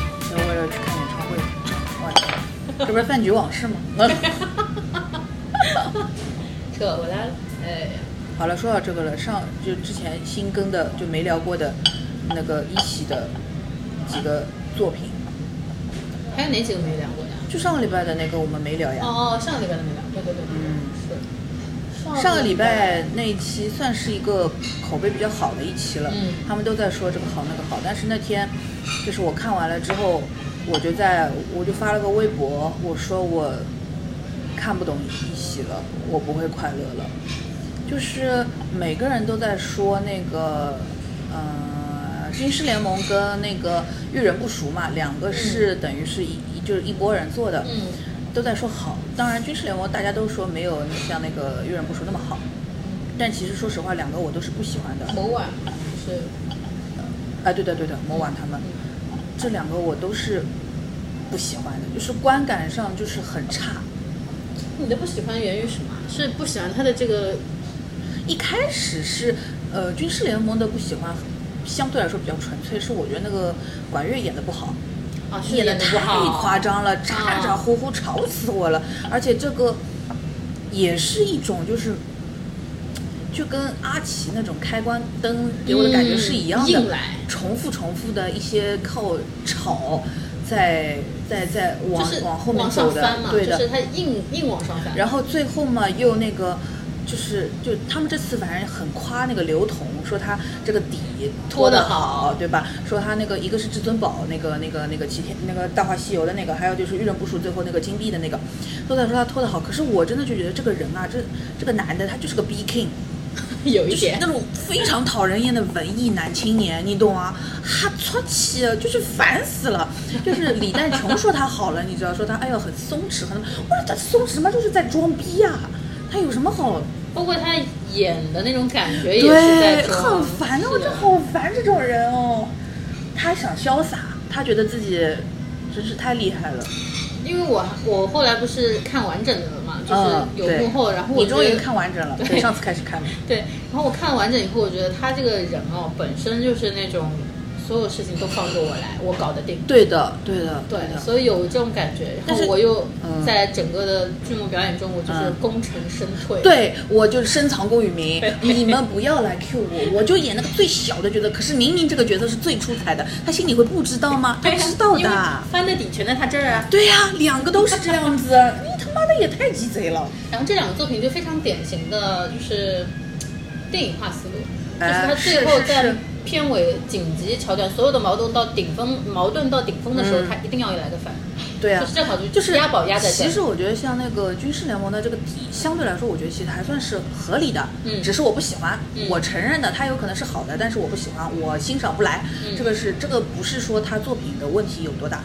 去看演唱会。我操，这不是饭局往事吗？撤，我来了，哎，好了，说到这个了，上就之前新更的就没聊过的那个一喜的几个作品，还有哪几个没聊过的？就上个礼拜的那个我们没聊呀。哦哦，上个礼拜的没聊，对对对，嗯，是上个礼拜那一期算是一个口碑比较好的一期了，嗯他们都在说这个好那个好，但是那天就是我看完了之后，我就在我就发了个微博，我说我看不懂一喜了，我不会快乐了，就是每个人都在说那个，呃，军师联盟跟那个遇人不熟嘛，两个是等于是一、一就是一拨人做的，嗯都在说好。当然，军事联盟大家都说没有像那个遇人不淑那么好，但其实说实话，两个我都是不喜欢的。某晚是哎，对的对的，魔婉他们这两个我都是不喜欢的，就是观感上就是很差。你的不喜欢源于什么？是不喜欢他的这个一开始是呃军事联盟的不喜欢，相对来说比较纯粹，是我觉得那个管乐演的不好。啊，是演的得太夸张了，咋啊咋呼呼，吵死我了！而且这个也是一种就是。就跟阿奇那种开关灯给我的感觉是一样的，嗯硬来重复重复的一些靠吵，在在在往、就是往后面走上的，翻嘛，对的。就是他硬硬往上翻。然后最后嘛，又那个，就是就他们这次反正很夸那个刘同，说他这个底拖得好，对吧？说他那个一个是至尊宝，那个那个那个齐天那个大话西游的那个，还有就是遇人不淑最后那个金币的那个，都在说他拖得好。可是我真的就觉得这个人啊，这这个男的他就是个 B king。 有就一是点那种非常讨人厌的文艺男青年，你懂啊？他出气了，就是烦死了。就是李诞琼说他好了，你知道，说他哎呦很松弛，很我说他松弛吗？就是在装逼呀、他有什么好？包括他演的那种感觉也是在对，很装烦啊的，我是啊就好烦这种人哦。他想潇洒，他觉得自己真是太厉害了。因为我我后来不是看完整的了嘛，嗯，就是有对。幕后，然后我你觉终于得看完整了，对对，上次开始看了。对，然后我看完整以后，我觉得他这个人哦，本身就是那种所有事情都放给我来，我搞得定。对的，对的，对的，。所以有这种感觉，然但后是我又嗯在整个的剧目表演中，我就是嗯功成身退。，对，我就是深藏功与名，你们不要来 Q 我，我就演那个最小的角色。可是明明这个角色是最出彩的，他心里会不知道吗？他对啊，知道因为的。翻的底全在他这儿啊。对呀、两个都是这样子，你他妈的也太鸡贼了。然后这两个作品就非常典型的就是电影化思路，就哎是他是最后是在是片尾紧急桥段，所有的矛盾到顶峰，矛盾到顶峰的时候，嗯他一定要来个反，对呀、就是正好就就是押宝押在这其儿。实我觉得像那个军事联盟的这个底，相对来说，我觉得其实还算是合理的。嗯只是我不喜欢，嗯我承认的，它有可能是好的，但是我不喜欢，我欣赏不来。嗯这个是这个不是说他作品的问题有多大，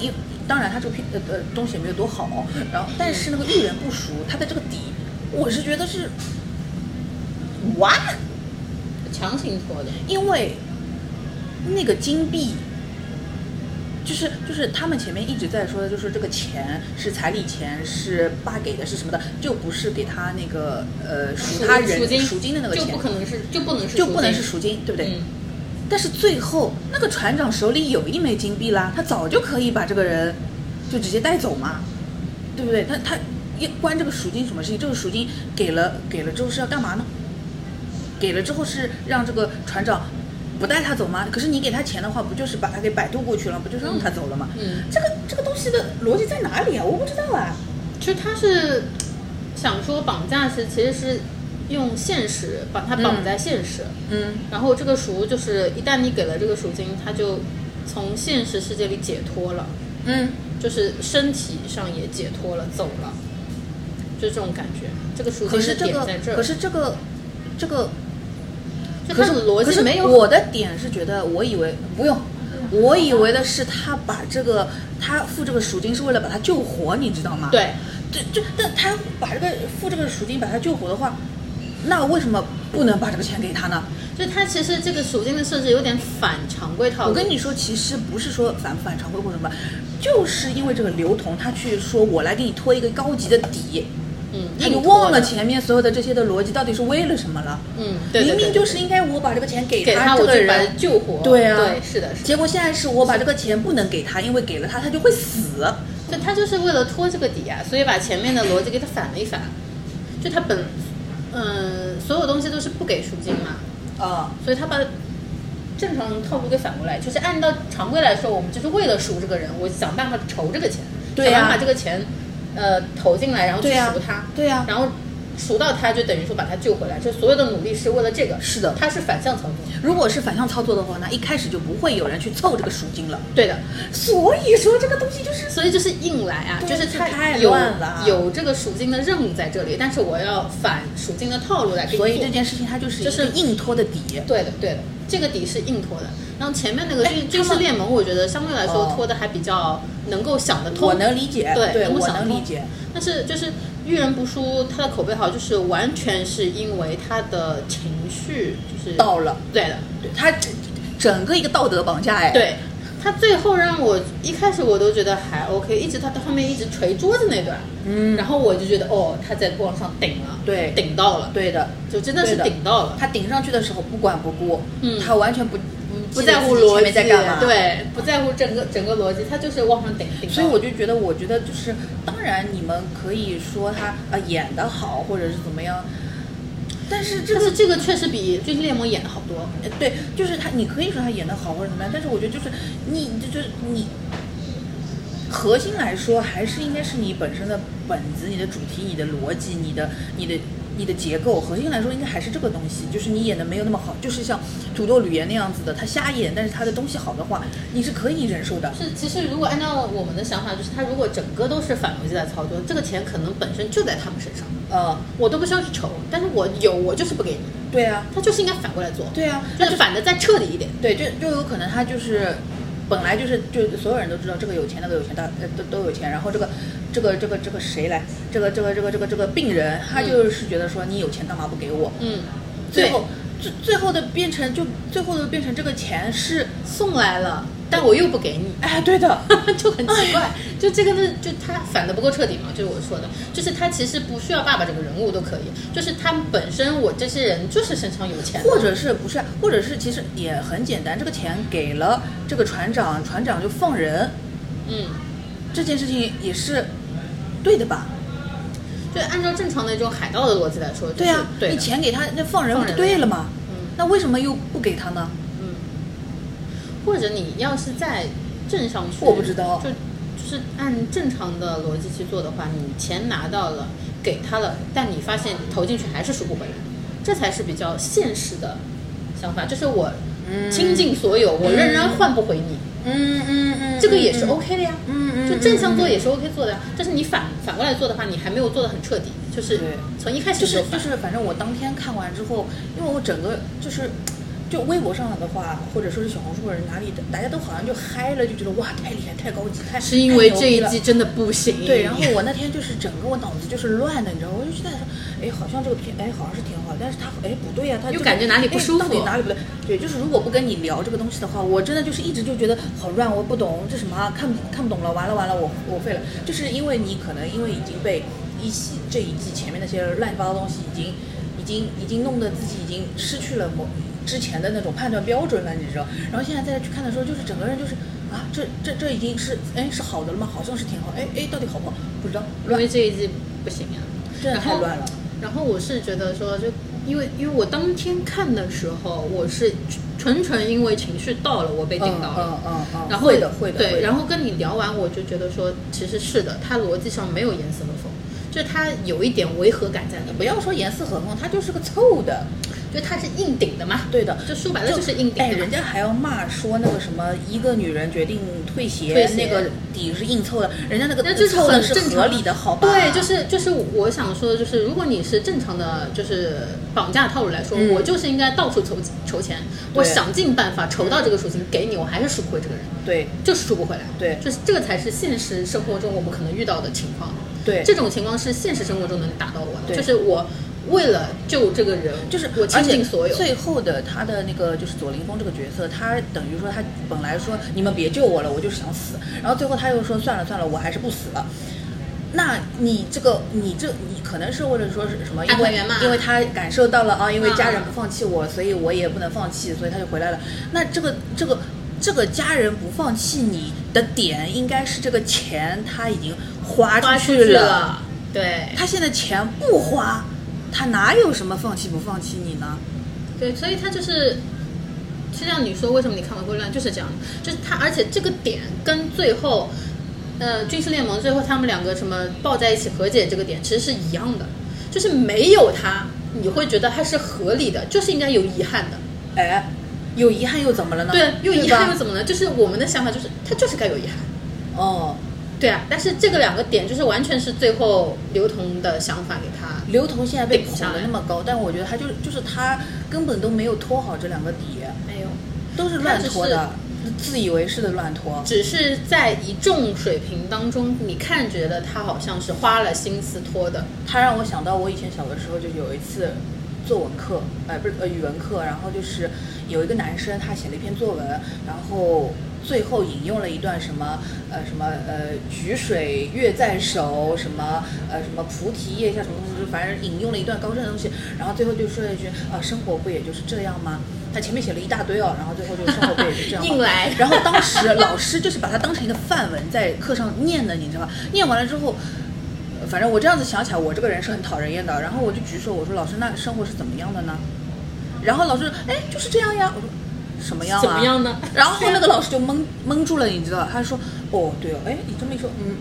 因当然他这个片呃呃东西也没有多好，然后但是那嗯个遇人不熟，他的这个底，我是觉得是哇，强行拖的，因为那个金币，就是就是他们前面一直在说的，就是这个钱是彩礼钱，是爸给的，是什么的，就不是给他那个呃赎他人赎金赎金的那个就钱不，可能是就不能是就不能赎是金赎金，对不对？嗯但是最后那个船长手里有一枚金币啦，他早就可以把这个人就直接带走嘛，对不对？他他一关这个赎金什么事情？这个赎金给了给了之后是要干嘛呢？给了之后是让这个船长不带他走吗？可是你给他钱的话，不就是把他给摆渡过去了，不就是让他走了吗？嗯这个这个东西的逻辑在哪里啊？我不知道啊。其实他是想说绑架是其实是用现实把它绑在现实，嗯然后这个赎就是一旦你给了这个赎金，他就从现实世界里解脱了，嗯，就是身体上也解脱了，走了，就这种感觉。这个赎可金是的这点个在这儿，可是这个这个就可它是的逻可辑是没有我的点是觉得，我以为不用，我以为的是他把这个他付这个赎金是为了把他救活，你知道吗？，对，这这但他把这个付这个赎金把他救活的话，那为什么不能把这个钱给他呢？就它其实这个赎金的设置有点反常规套路。我跟你说，其实不是说反不反常规或者什么，就是因为这个刘同他去说我来给你拖一个高级的底，嗯，那哎你忘了前面所有的这些的逻辑到底是为了什么了？嗯，对对对明明就是应该我把这个钱给给他他，这我个去把他人，救活。对啊对，是的，是的。结果现在是我把这个钱不能给他，因为给了他他就会死。就他就是为了拖这个底啊，所以把前面的逻辑给他反了一反。就他本，嗯，所有东西都是不给赎金嘛，啊、所以他把正常套路给反过来，就是按照常规来说，我们就是为了赎这个人，我想办法筹这个钱，对啊想办法把这个钱呃投进来，然后去对呀赎他，对啊呀然后赎到他就等于说把他救回来，就所有的努力是为了这个，是的他是反向操作，如果是反向操作的话，那一开始就不会有人去凑这个赎金了。对的，所以说这个东西就是所以就是硬来啊，对就是这他太有乱了有这个赎金的任务在这里，但是我要反赎金的套路来给你所以做这件事情它就是就就是是硬拖的底。对的，对的，这个底是硬拖的。然后前面那个哎军他军们事联盟，我觉得相对来说哦拖的还比较能够想得通。我能理解，对对，能够我想能通理解。但是就是遇人不淑，他的口碑好，就是完全是因为他的情绪就是到了，对的，对它整个一个道德绑架，哎，，对。他最后让我一开始我都觉得还 OK，一直他到后面一直捶桌子那段，嗯，然后我就觉得哦，他在往上顶了，对顶到了，对的，就真的是对的顶到了，他顶上去的时候不管不顾，嗯他完全不嗯不在乎记得自己前逻辑面在干嘛，。对，不在乎整个整个逻辑，他就是往上顶顶到了。所以我就觉得，我觉得就是，当然你们可以说他啊、演的好，或者是怎么样，但是这但个是这个确实比《军事联盟》演的好多。呃对，就是他，你可以说他演的好或者怎么样，但是我觉得就是你，就是你，核心来说还是应该是你本身的本子、你的主题、你的逻辑、你的、你的、你的结构。核心来说，应该还是这个东西。就是你演的没有那么好，就是像土豆吕岩那样子的，他瞎演，但是他的东西好的话，你是可以忍受的。是，其实如果按照我们的想法，就是他如果整个都是反逻辑在操作，这个钱可能本身就在他们身上，呃，我都不需要去筹，但是我有，我就是不给你，对啊，他就是应该反过来做，对啊，就是反的再彻底一点。对，就就有可能他就是本来就是就所有人都知道这个有钱那个有钱，大呃都都有钱，然后这个这个这个这个谁来，这个这个这个这个这个病人，他嗯就是觉得说你有钱干嘛不给我？嗯，最对，后最最后的变成就最后的变成这个钱是，送来了，但我又不给你。 哎，对的，就很奇怪，就这个呢，就他反的不够彻底嘛，就是我说的，就是他其实不需要爸爸这个人物都可以，就是他们本身我这些人就是身上有钱 的，或者是不是，啊或者是其实也很简单，这个钱给了这个船长，船长就放人，嗯，这件事情也是对的吧？就按照正常的这种海盗的逻辑来说，就是、对啊，对的你钱给他，那放人放不就人对了吗？嗯那为什么又不给他呢？嗯，或者你要是在镇上去，我不知道就就是按正常的逻辑去做的话，你钱拿到了，给他了，但你发现投进去还是赎不回来，这才是比较现实的想法，就是我嗯倾尽所有，我仍然换不回你，嗯嗯嗯，这个也是 OK 的呀。嗯嗯，就正向做也是 OK 做的呀，但是你反反过来做的话，你还没有做的很彻底，就是对从一开始就是反就是，反正我当天看完之后，因为我整个就是。就微博上的话，或者说是小红书或者哪里的，大家都好像就嗨了，就觉得哇太厉害、太高级、太是因为太牛这逼一了季真的不行。对，然后我那天就是整个我脑子就是乱的，你知道吗，我就觉得说，哎，好像这个片，哎，好像是挺好，但是他，哎，不对呀、他、这又个感觉哪里不哎舒到底服哪里不对？对，就是如果不跟你聊这个东西的话，我真的就是一直就觉得好乱，我不懂这什么啊，看不看不懂了，完了完了，我我废了，就是因为你可能因为已经被一系这一季前面那些乱七八糟的东西已经已经已经弄得自己已经失去了某之前的那种判断标准了，你知道？然后现在再去看的时候，就是整个人就是。啊，这这这已经是哎是好的了吗？好像是挺好，哎哎，到底好不好？不知道，因乱为这一季不行呀、真的太乱了。然后我是觉得说，就因为因为我当天看的时候，我是纯纯因为情绪到了，我被被顶到了。嗯嗯嗯，然后会的会的，对，然后后跟你聊完，我就觉得说，其实是的，它逻辑上没有严丝合缝，就是它有一点违和感在里你面，不要说严丝合缝，它就是个凑的，就它是硬顶的嘛，对的。就说白了就是硬顶哎，的人嘛。家还要骂说那个什么，一个女人决定退协，退协那个底是硬凑的，人家那个那就是凑的很是正常合理的，好吧？对，就是就是我想说的就是，如果你是正常的，就是绑架套路来说，嗯我就是应该到处筹筹钱，对我想尽办法筹到这个赎金给你，我还是赎不回这个人。对就是赎不回来。对就是这个才是现实生活中我们可能遇到的情况。对，这种情况是现实生活中能打到我的，对就是我为了救这个人，就是我倾而且尽所有。最后的他的那个就是左凌峰这个角色，他等于说他本来说你们别救我了，我就是想死，然后最后他又说算了算了，我还是不死了。那你这个，你这，你可能是或者说是什么？因爱团为圆嘛因为他感受到了啊，因为啊家人不放弃我，所以我也不能放弃，所以他就回来了。嗯那这个这个这个家人不放弃你的点，应该是这个钱他已经花花出出去去了，了，对他现在钱不花，他哪有什么放弃不放弃你呢？对，所以他就是。就像你说，为什么你看完会乱，就是这样，就是他，而且这个点跟最后，呃，军事联盟最后他们两个什么抱在一起和解这个点其实是一样的，就是没有他，你会觉得他是合理的，就是应该有遗憾的，哎，有遗憾又怎么了呢？对，又遗吧憾又怎么呢？就是我们的想法就是他就是该有遗憾，哦，对啊，但是这个两个点就是完全是最后刘同的想法给他，刘同现在被顶捧上的来那么高，但我觉得他就就是他根本都没有拖好这两个底，没有，都是乱拖的，自以为是的乱拖。只是在一众水平当中，你看觉得他好像是花了心思拖的，他让我想到我以前小的时候就有一次作文课，哎、不是呃语文课，然后就是有一个男生他写了一篇作文，然后。最后引用了一段什么呃什么呃举水月在手什么呃什么菩提叶下什么东西，就反正引用了一段高深的东西，然后最后就说了一句啊、生活不也就是这样吗？他前面写了一大堆哦，然后最后就生活不也就这样吗？硬来然后当时老师就是把它当成一个范文在课上念的，你知道吧？念完了之后，呃反正我这样子想起来，我这个人是很讨人厌的。然后我就举手，我说老师，那生活是怎么样的呢？然后老师，哎，就是这样呀。我说什么样啊？怎么样呢然后那个老师就懵懵住了，你知道吧？他说，哦，对哦，哎，你这么一说，嗯，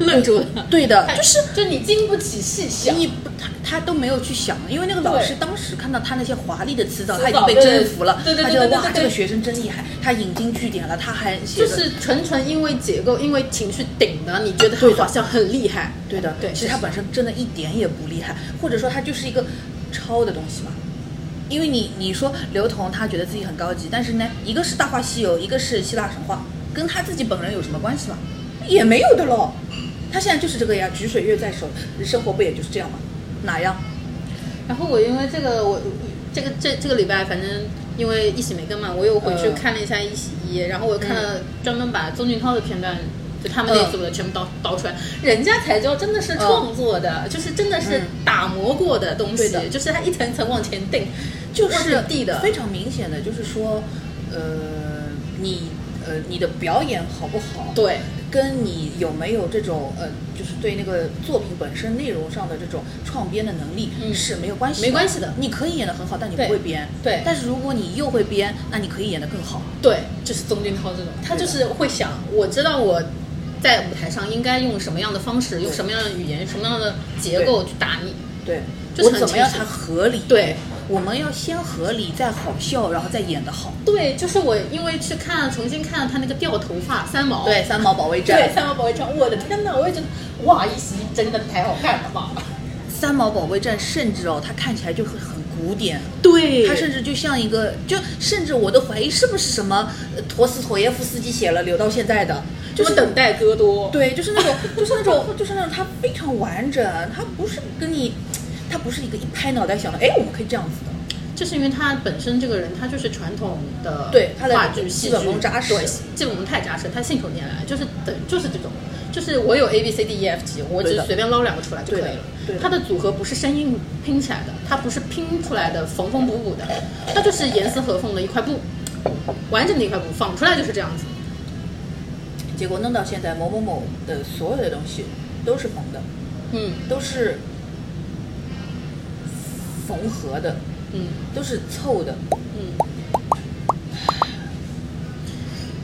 愣住了。对的，就呃就是是就你经不起细想，你不他他都没有去想，因为那个老师对当时看到他那些华丽的词藻，词他已经藻被对征服了，对对他对觉得对对哇，对这个对学生真厉害，他引经据典了，他还写就的是纯纯因为结构，因为情绪顶的，你觉得他好像很厉害，对的，对，其实它本身真的一点也不厉害，或者说它就是一个抄的东西嘛。因为你你说刘同他觉得自己很高级，但是呢，一个是《大话西游》，一个是希腊神话，跟他自己本人有什么关系吗？也没有的喽。他现在就是这个呀，举水月在手，生活不也就是这样吗？哪样？然后我因为这个，我这个这这个礼拜反正因为一起没跟嘛，我又回去嗯看了一下一起一，然后我又看了嗯专门把宗俊涛的片段。就他们嗯那组的全部导导出来，人家才叫真的是创作的，就是真的是嗯打磨过的东对西，的就是它一层层往前定，就往是前递的。非常明显的，就是说，呃，你呃你的表演好不好？对，跟你有没有这种呃，就是对那个作品本身内容上的这种创编的能力、嗯是没有关系，没关系的你可以演得很好，但你不对会编。对但是如果你又会编，那你可以演得更好。对，就是宗俊涛这种，他就是会想，我知道我在舞台上应该用什么样的方式，用什么样的语言，什么样的结构去打你。对，就是我很怎么样清才楚合理？对，我们要先合理，再好笑，然后再演得好。对，就是我因为去看重新看了他那个掉头发三毛，对，三毛保卫战。对三毛保卫战，我的天哪，我也觉得哇，一席真的太好看了吧？三毛保卫战，甚至哦，它看起来就很很古典。对他他甚是至就像一个，就甚至我都怀疑是不是什么呃陀思妥耶夫斯基写了留到现在的，就就是是等待戈多，对，就是那种，就是那种，就是那种，它非常完整，它不是跟你，它不是一个一拍脑袋想的，哎，我们可以这样子的。就是因为他本身这个人，他就是传统的对他的话剧、基戏本剧功扎实对，基本功太扎实，他信手拈来，就是等就是这种，就是我有 A B C D E F G，我对只的随便捞两个出来就可以了对的对的。他的组合不是生硬拼起来的，他不是拼出来的缝缝补补的，他就是严丝合缝的一块布，完整的一块布纺出来就是这样子。结果弄到现在，某某某的所有的东西都是缝的，嗯都是缝合的，嗯都是凑的。嗯。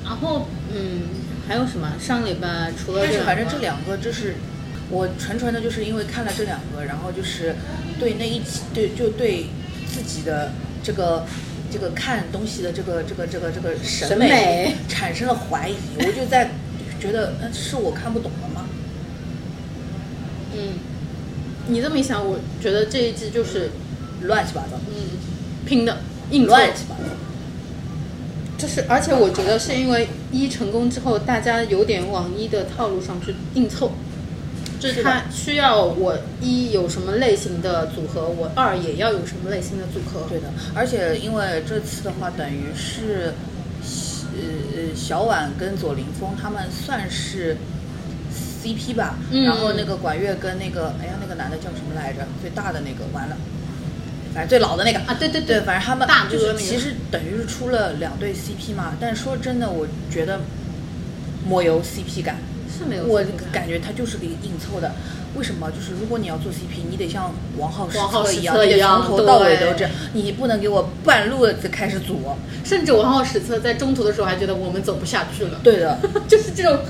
然后嗯，还有什么？上礼拜除了但是两反正个这两个就是我纯纯的，就是因为看了这两个，然后就是对那一期对就对自己的这个这个看东西的这个这个这个这个审审美美产生了怀疑，我就在觉得嗯是我看不懂了吗？嗯，你这么一想，我觉得这一季就是乱七八糟，嗯拼的硬凑乱七八糟。就是而且我觉得是因为一成功之后，大家有点往一的套路上去硬凑，就是是的他需要我一有什么类型的组合，我二也要有什么类型的组合。对的，而且因为这次的话，等于是，呃呃，小婉跟左凌峰他们算是 CP 吧，嗯然后那个管乐跟那个哎呀那个男的叫什么来着？最大的那个完了，反正最老的那个啊，对对对，反正他们大哥就是那个其实等于是出了两对 CP 嘛，但说真的，我觉得没有 CP 感，是没有我幸福感感觉它就是个硬凑的。为什么？就是如果你要做 CP，你得像王浩史王浩册史一样，册你一得样从头到尾对都这样，你不能给我半路就开始组。 甚至我和史册在中途的时候还觉得我们走不下去了， 对的，就是这种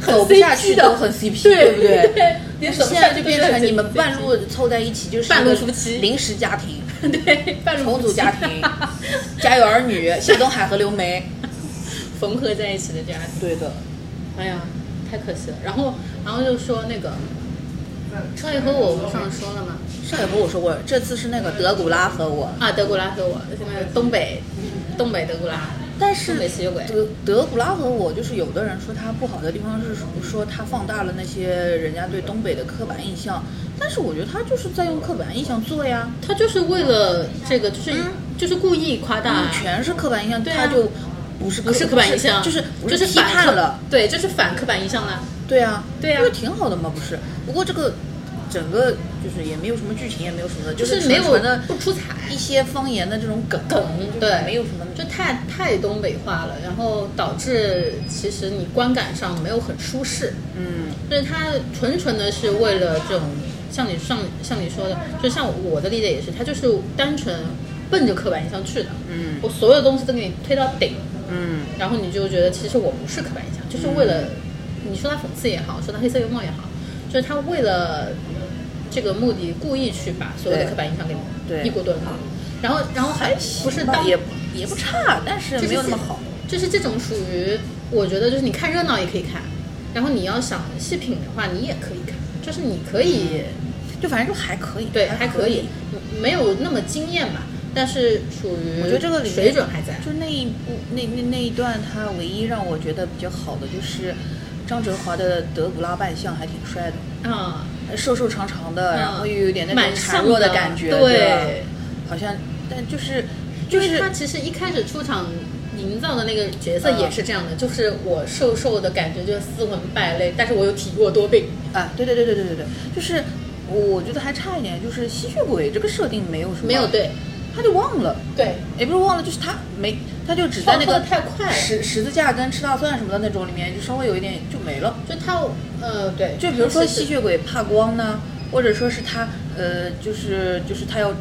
很走不下去 CP 的都很 CP，对不对？对，连走不现下在就去都变是成很你们 CP 半路凑在一起，就是半路一个夫妻临时家庭、 对半路重夫组妻家庭、家有儿女、夏东海和刘梅。 缝合在一起的家庭。对的，哎呀，太可惜了。然后，然后就说那个车野和我，我们上次说了嘛，上一波我说过，这次是那个德古拉和我，啊，德古拉和我，现在东北，东北德古拉，但是东北吸血鬼德德古拉和我，就是有的人说他不好的地方是说他放大了那些人家对东北的刻板印象，但是我觉得他就是在用刻板印象做呀，他就是为了这个，就是、就是故意夸大、全嗯是刻板印象，对啊他就不是不是刻板印象，就是不就是批反判刻了，，对，就是反刻板印象了。对啊，对啊不是挺好的吗？不是，不过这个整个就是也没有什么剧情，也没有什么的，就就是是没有纯纯的不出彩一些方言的这种梗梗就是对，没有什么就太太东北化了，然后导致其实你观感上没有很舒适。嗯就是他纯纯的是为了这种，像你上像你说的，就像我的理解也是，他就是单纯奔着刻板印象去的。嗯我所有东西都给你推到顶，嗯然后你就觉得其实我不是刻板印象，就是为了、嗯你说他讽刺也好，说他黑色幽默也好，就是他为了这个目的故意去把所有的对刻板印象给对你一锅炖了。然后然后还不是吧当也不也不差，但是就是没有那么好。就是这种属于，我觉得就是你看热闹也可以看，然后你要想细品的话，你也可以看，就是你可以就反正就还可以，对还嗯还可以，没有那么惊艳吧，但是属于我觉得这个里面嗯水准还在。就那一部那那那一段，他唯一让我觉得比较好的就是张哲华的德古拉扮相还挺帅的，呃啊，瘦瘦长长的，嗯然后又有点那种蛮孱像弱的感觉，对吧好像但就是就因为是他其实一开始出场营造的那个角色嗯也是这样的，就是我瘦瘦的感觉，就是斯文败类，但是我又体弱多病。啊，对对对对对对对，就是我觉得还差一点，就是吸血鬼这个设定没有什么，没有，对他就忘了，对，也不是忘了，就是他没，他就只在那跳脱个得太快了十十字架跟吃大蒜什么的那种里面，就稍微有一点就没了。就他呃对，就比如说是是吸血鬼怕光呢，或者说是他呃，就是就是他要，就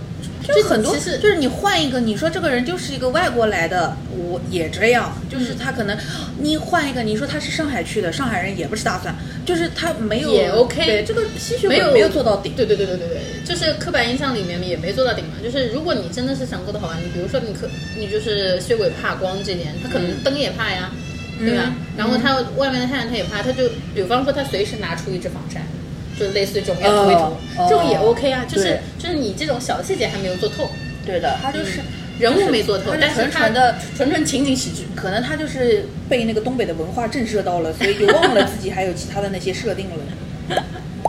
这很多，其实就是你换一个，你说这个人就是一个外国来的，我也这样，就是嗯他可能、你换一个，你说他是上海去的，上海人也不是大蒜，就是他没有也 OK 对这个吸血鬼没有没有做到顶，对对对对对对，就是刻板印象里面也没做到顶嘛。就是如果你真的是想过得好玩，你比如说你可你就是血鬼怕光这点，他可能嗯灯也怕呀，对吧？嗯然后他外面的太阳他也怕，他就比方说他随时拿出一只防晒，就类似于这种要涂一涂哦，哦这种也 OK 啊。就是对就是你这种小细节还没有做透，对的，嗯他就是、人物没做透，就是但他是纯他纯的。纯纯情景喜剧。可能他就是被那个东北的文化震慑到了，所以就忘了自己还有其他的那些设定了。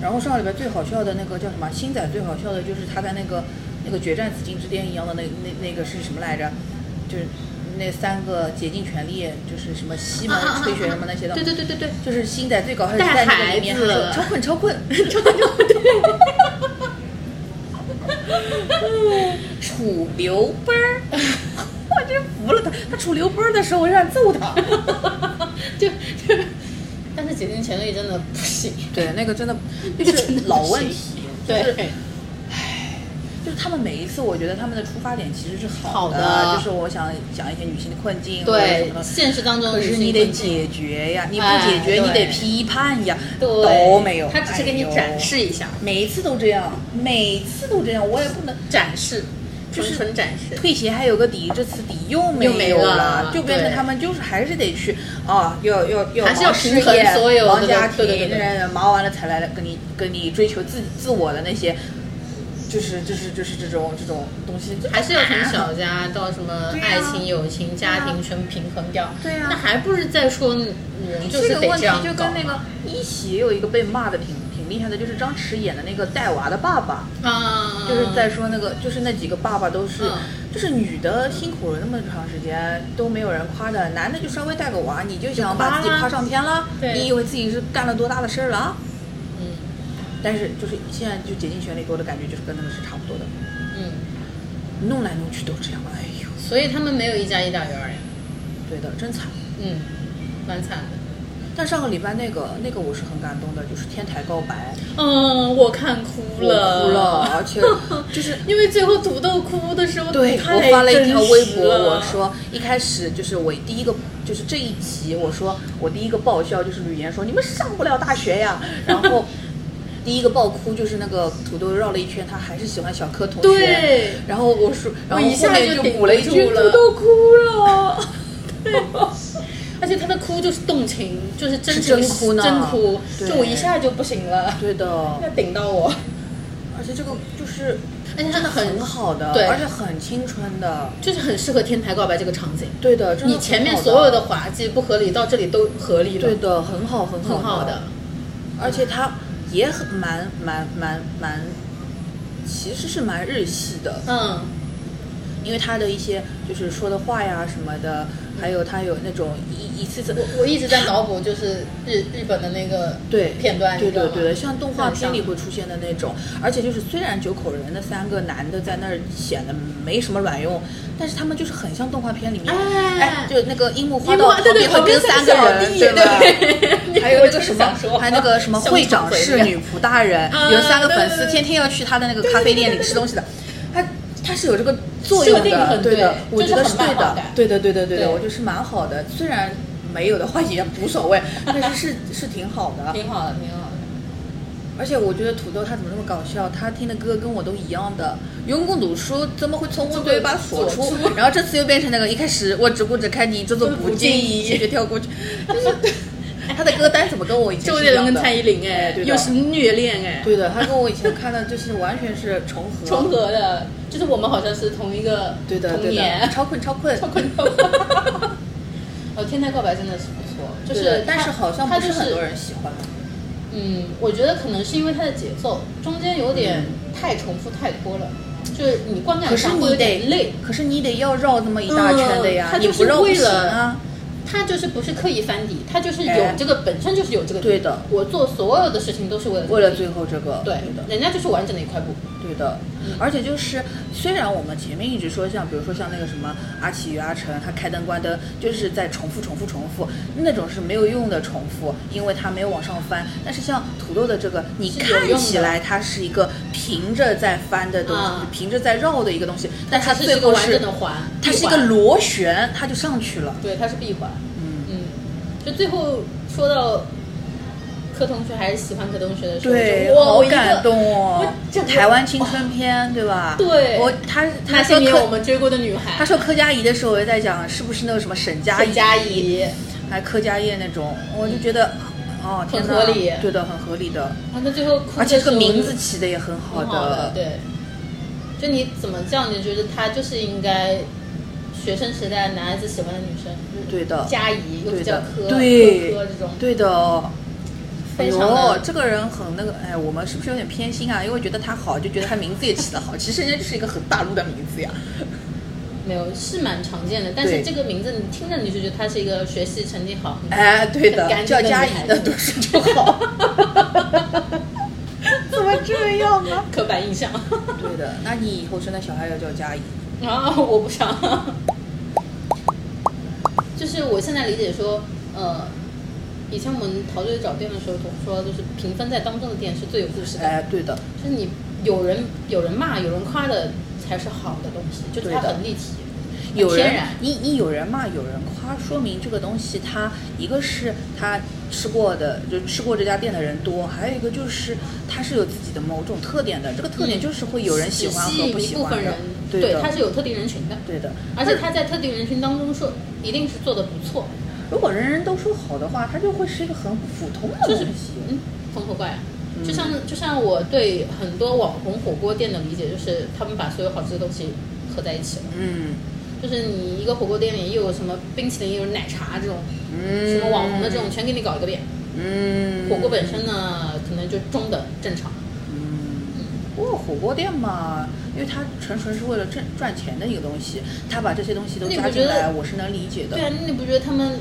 然后上个礼拜最好笑的那个叫什么？星仔最好笑的就是他在那个那个决战紫禁之巅一样的那那那个是什么来着？就是那三个竭尽全力，就是什么西门啊吹雪什么那些的。对对对 对对。就是星仔最搞笑的带在那个里面，孩他子说 超困超困，楚留奔儿， 我真服了他。他楚留奔儿的时候，我想揍 他。就就，但是解禁前力真的不行，对，那个真的那就个真是的老不问行题，就是对。就是他们每一次，我觉得他们的出发点其实是好好的就是我想讲一些女性的困境或者什对么，的。现实当中可女是性你得困境解决呀，你不哎解决，你对得批判呀，对都没有。他只是给哎你呦展示一下，每一次都这样，每次都这样，我也不能展示，就纯是纯展示。退鞋还有个底，这次底又没又没有了就变成对他们就是还是得去啊，要要要还是要忙事平衡业所有忙的家对对庭，对对人忙完了才来跟你跟你追求自自我的那些，就是就是就是这种这种东西，啊这还是要从小家到什么对啊爱情、友情、家庭全平衡掉。对啊那还不是在说女人就是这个得问这题样就搞跟那个一喜有一个被骂的挺挺厉害的，就是张弛演的那个带娃的爸爸。啊，就是在说那个，就是那几个爸爸都是嗯，就是女的辛苦了那么长时间都没有人夸的，男的就稍微带个娃，你就想把自己夸啦啊夸上天了，对你以为自己是干了多大的事儿了啊？嗯但是就是现在就竭尽全力给我的感觉就是跟他们是差不多的，嗯，弄来弄去都这样，哎呦，所以他们没有一加一大于二呀，对的，真惨。嗯，蛮惨的。但上个礼拜那个那个我是很感动的，就是天台告白，嗯，我看哭我了，哭了， 而且就是因为最后土豆哭的时候，对太我发了一条微博，真实了我说一开始就是我第一个就是这一集，我说我第一个爆笑就是吕岩说你们上不了大学呀，然 后第一个爆哭就是那个土豆绕了一圈，他还是喜欢小柯同学，对然后我说，然后我一后下面就就顶补了一不句住了土豆哭 了，而且他的哭就是动情，就是真是情真哭呢真哭，对就我一下就不行了，对的，要顶到我，而且这个就是而且他真的很很好的，对而且很青春的，就是很适合天台告白这个场景。对的，真的你前面很好所有的滑稽不合理到这里都合理了，对的很好很好很好的，而且它也很蛮蛮蛮蛮，其实是蛮日系的，嗯，因为它的一些就是说的话呀什么的，还有它有那种一一次次。我我一直在脑补就是日日本的那个对片段，对你知道对吗对的，像动画片里很像会出现的那种，而且就是虽然九口人那三个男的在那儿显得没什么卵用，但是他们就是很像动画片里面，哎哎，就那个樱木花樱木道花对对旁边会跟三个旁边人，三个小吧弟对？ 对还有我那就个是什想说么，还有那个什么会长是女仆大人想，有三个粉啊丝对对对天天要去他的那个咖啡店里吃东西的，他他是有这个作用设定的，很对的对，我觉得就是是很对漫画的感，对的对的对对的，我觉得是蛮好的，虽然没有的话也无所谓，但是是是挺好的，挺好的，挺好的。而且我觉得土豆他怎么那么搞笑？他听的歌跟我都一样的。用共读书怎么会从我嘴巴说出说出？然后这次又变成那个一开始我只顾着看你，这种不介意就跳过去。就是 他的歌单怎么跟我以前周是杰一伦样的跟蔡依林哎，对的又是虐恋哎，对的，他跟我以前看的就是完全是重合。重合的，就是我们好像是同一个对的童对的，年， 超困超困超困扰。哦，天台告白真的是不错，就对是的但是好像他不是很多人喜欢。嗯，我觉得可能是因为它的节奏中间有点太重复太多了，就是你观感嗯可是上会你有点得累。，可是你得要绕那么一大圈的呀嗯，他你就是不绕不为行了啊。他就是不是刻意翻底，他就是有哎这个、本身就是有这个底。对的我做所有的事情都是为了这个为了底最后这个，对的，人家就是完整的一块布。对的，嗯而且就是虽然我们前面一直说像比如说像那个什么阿奇与阿成，他开灯关灯就是在重复重复重复，那种是没有用的重复，因为他没有往上翻。但是像土豆的这个，你是有用的看起来它是一个平着在翻的东西，啊平着在绕的一个东西，但它其实最是个后完整是的环，它闭是一环个螺旋，它就上去了。对，它是闭环。嗯，嗯，就最后说到柯同学还是喜欢柯同学的时候，对，就哇，好我一个感动哦我整！个台湾青春片，对吧？对我他那他些说年柯我们追过的女孩，他说柯佳怡的时候，我就在讲是不是那个什么沈佳沈宜佳宜，还柯佳燕那种，我就觉得，哦，天哪很合理对的，很合理的，然后他最后哭而的且时这个候名字起的也很好很的，好的，对。就你怎么叫，你就觉得她就是应该学生时代男孩子喜欢的女生，对的，佳怡又不对叫的柯，对柯柯这种，对的。非常的哎呦这个人很那个，哎，我们是不是有点偏心啊？因为觉得他好，就觉得他名字也起得好， 其实人家就是一个很大陆的名字呀。没有是蛮常见的。但是对这个名字你听着你就觉得她是一个学习成绩好，哎，对的很，干净叫的佳女孩怡的子读书就好。 怎么这样呢？刻板印象。对的，那你以后生的小孩要叫佳怡。 啊，我不想。就是我现在理解说，呃，以前我们陶醉找店的时候总说，就是评分在当中的店是最有故事的，哎，对的，就是你有人有人骂有人夸的才是好的东西，就是它对的很立体，很有天人然，你你有人骂有人夸，说明这个东西它一个是它吃过的，就吃过这家店的人多，还有一个就是它是有自己的某种特点的，这个特点嗯就是会有人喜欢只和吸不引一喜部欢分的人，，对的它，是有特定人群的，对的。而且它在特定人群当中说一定是做的不错，如果人人都说好的话，它就会是一个很普通的东就是西。嗯，缝合怪、啊。嗯就像就像我对很多网红火锅店的理解，就是他们把所有好吃的东西合在一起了。嗯就是你一个火锅店里又有什么冰淇淋，又有奶茶这种，嗯，什么网红的这种，全给你搞一个遍。嗯，火锅本身呢，可能就中等正常。嗯，锅火锅店嘛，因为它纯纯是为了挣赚钱的一个东西，他把这些东西都那你加不进觉得来，我是能理解的对。啊，那你不觉得他们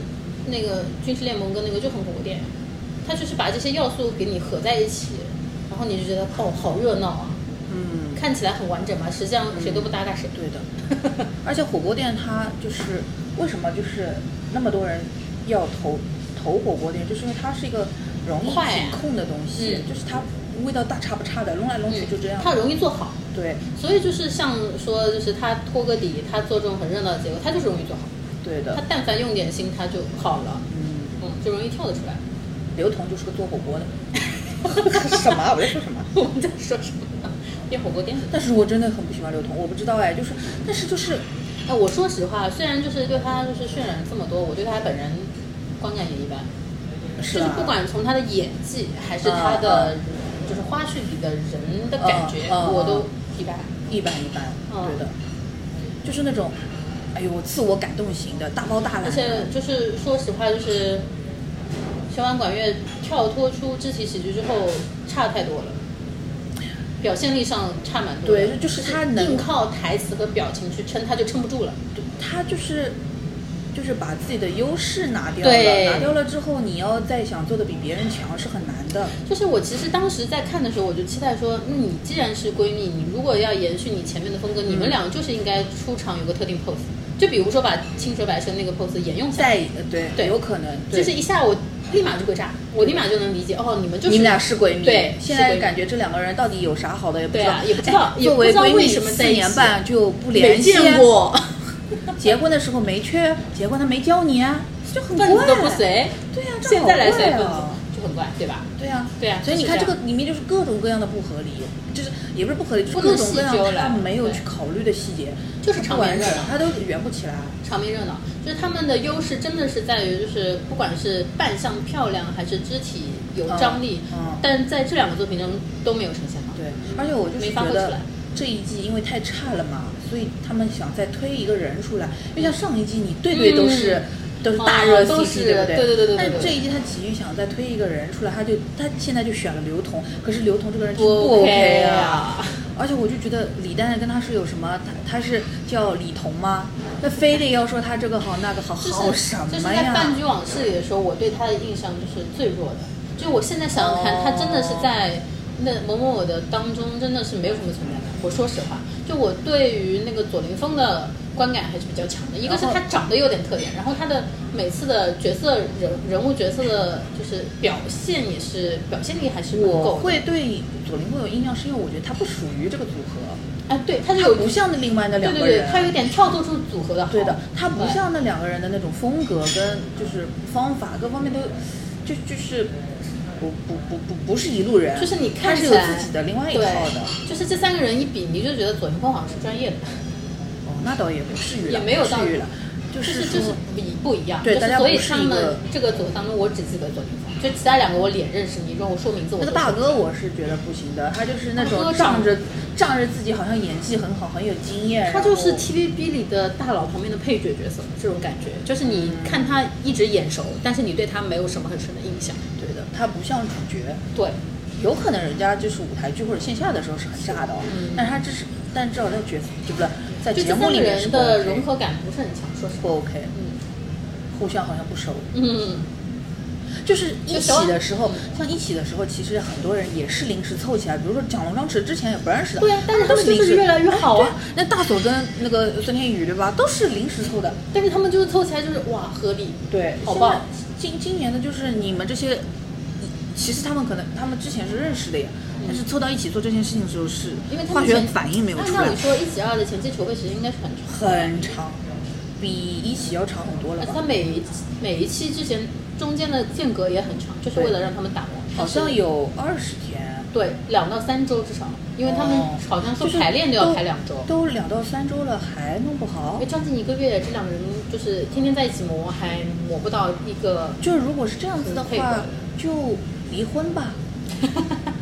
那个军事联盟跟那个就很火锅店？啊他就是把这些要素给你合在一起，然后你就觉得哦，好热闹啊！嗯，看起来很完整嘛，实际上谁都不搭嘎谁。对的。 而且火锅店它就是为什么就是那么多人要投投火锅店，就是因为它是一个容易快品控的东西，嗯就是它味道大差不差的，弄来弄嗯去就这样。它容易做好，对所以就是像说，就是他托个底，他做这种很热闹的结果，他就是容易做好。对的他。但凡用点心，他就好了，嗯，嗯，就容易跳得出来。 刘同就是个做火锅的。 什么啊？我在说什么？我们在说什么 呢？变火锅店了。但是我真的很不喜欢刘同，我不知道哎，就是，但是就是，哎，我说实话，虽然就是对他就是渲染这么多，我对他本人观感也一般。就是吧不管从他的演技还是他的就是花絮里的人的感觉，啊嗯嗯我都一般。一般一般，嗯对的，就是那种，哎呦，自我感动型的，大包大揽的，而且就是说实话，就是小婉管乐跳脱出肢体喜剧之后差太多了，表现力上差蛮多的。对就是他能硬靠台词和表情去撑，他就撑不住了。他就是就是把自己的优势拿掉对了，拿掉了之后，你要再想做的比别人强是很难的。就是我其实当时在看的时候，我就期待说，嗯，你既然是闺蜜，你如果要延续你前面的风格，你嗯们俩就是应该出场有个特定 pose，就比如说把清水白蛇那个 pose 沿用下来，再呃对对有可能，对就是一下我立马就会炸，我立马就能理解，哦，你们就是你们俩是闺蜜，对现是闺在蜜感觉这两个人到底有啥好的也不对知道，啊也不知道哎也作不知为道闺为蜜什么四在一起年半就不没联系，啊见过， 结婚的时候没去，结婚他没教你啊，就很怪，份子都不随，对呀、啊，这现在来好怪随份子啊。就很怪，对吧？对呀、啊，对啊所以你就是看这这样个里面就是各种各样的不合理，就是也不是不合理，就是不能各种各细究样了他没有对去考虑的细节，就是不场面完热整闹，，他都圆不起来。场面热闹，就是他们的优势真的是在于，就是不管是扮相漂亮还是肢体有张力，嗯嗯但在这两个作品中都没有呈现好。对，而且我就是嗯没发觉挥出得来这一季因为太差了嘛，所以他们想再推一个人出来，因为像上一季你对对都是。都是大热嗯哦都 CP，、是对不对对对对对对但是对这一季他急于想再推一个人出来，他就他现在就选了刘同，可是刘同这个人就不 OK 啊，而且我就觉得李诞跟他是有什么？他他是叫李彤吗？那非得要说他这个好那个好，就是好什么呀？就是在《饭局往事》里的时候，我对他的印象就是最弱的。就我现在想想看，哦他真的是在那某某某的当中，真的是没有什么存在感。我说实话，就我对于那个左凌峰的观感还是比较强的。一个是然后他长得有点特点，然后他的每次的角色人人物角色的，就是表现也是表现力还是蛮我够的。会对左凌峰有印象，是因为我觉得他不属于这个组合，哎，对，他就他有不像那另外那对两对个人。对，他有哦点跳脱出组合的好。哎对的，他不对像那两个人的那种风格跟就是方法各方面都，就就是不不不不不是一路人，就是你他看是起有来自己的另外一套的。对就是这三个人一比，你就觉得左凌峰好像是专业的，哦，那倒也不至于了，也没有不到至于了，就就是是说、就是不一不一样。对就大是家所以不是他一们个这个组合当中，我只记得左凌峰，就其他两个我脸认识，你让我说名字我那个都不知道大哥，我是觉得不行的，他就是那大种哥仗着仗着自己好像演技很好，很有经验，他就是然后 TVB 里的大佬旁边的配角角色，这种感觉，就是你嗯看他一直眼熟，但是你对他没有什么很深的印象。对的，他不像主角，对，有可能人家就是舞台剧或者线下的时候是很炸的，哦，嗯但是他至少但至少在角色就不是在就节这目三里个面是人不的 OK 融合感不是很强，说实话。不 OK，互相好像不熟，嗯，就是一起的时候就熟，嗯像一起的时候，其实很多人也是临时凑起来，比如说蒋龙、张弛之前也不认识的，对啊但是他们都临就是时越来越好啊哎对那大佐跟那个孙天宇对吧，都是临时凑的，但是他们就是凑起来就是哇合理，对，好现在棒。今今年的就是你们这些，其实他们可能他们之前是认识的呀，但是凑到一起做这件事情的时候是嗯因为他化们学前反应没有按出照来理，说，一起二的前期筹备时间应该是很长，很长，比一起要长很多了而且吧它？每一每一期之前中间的间隔也很长，就是为了让他们打磨。好像有二十天，对两到三周至少，因为他们哦好像说就是排练都要排两周。哎都两到三周了还弄不好因为。将近一个月，这两个人就是天天在一起磨，还磨不到一个。就如果是这样子的很佩服话，就离婚 吧，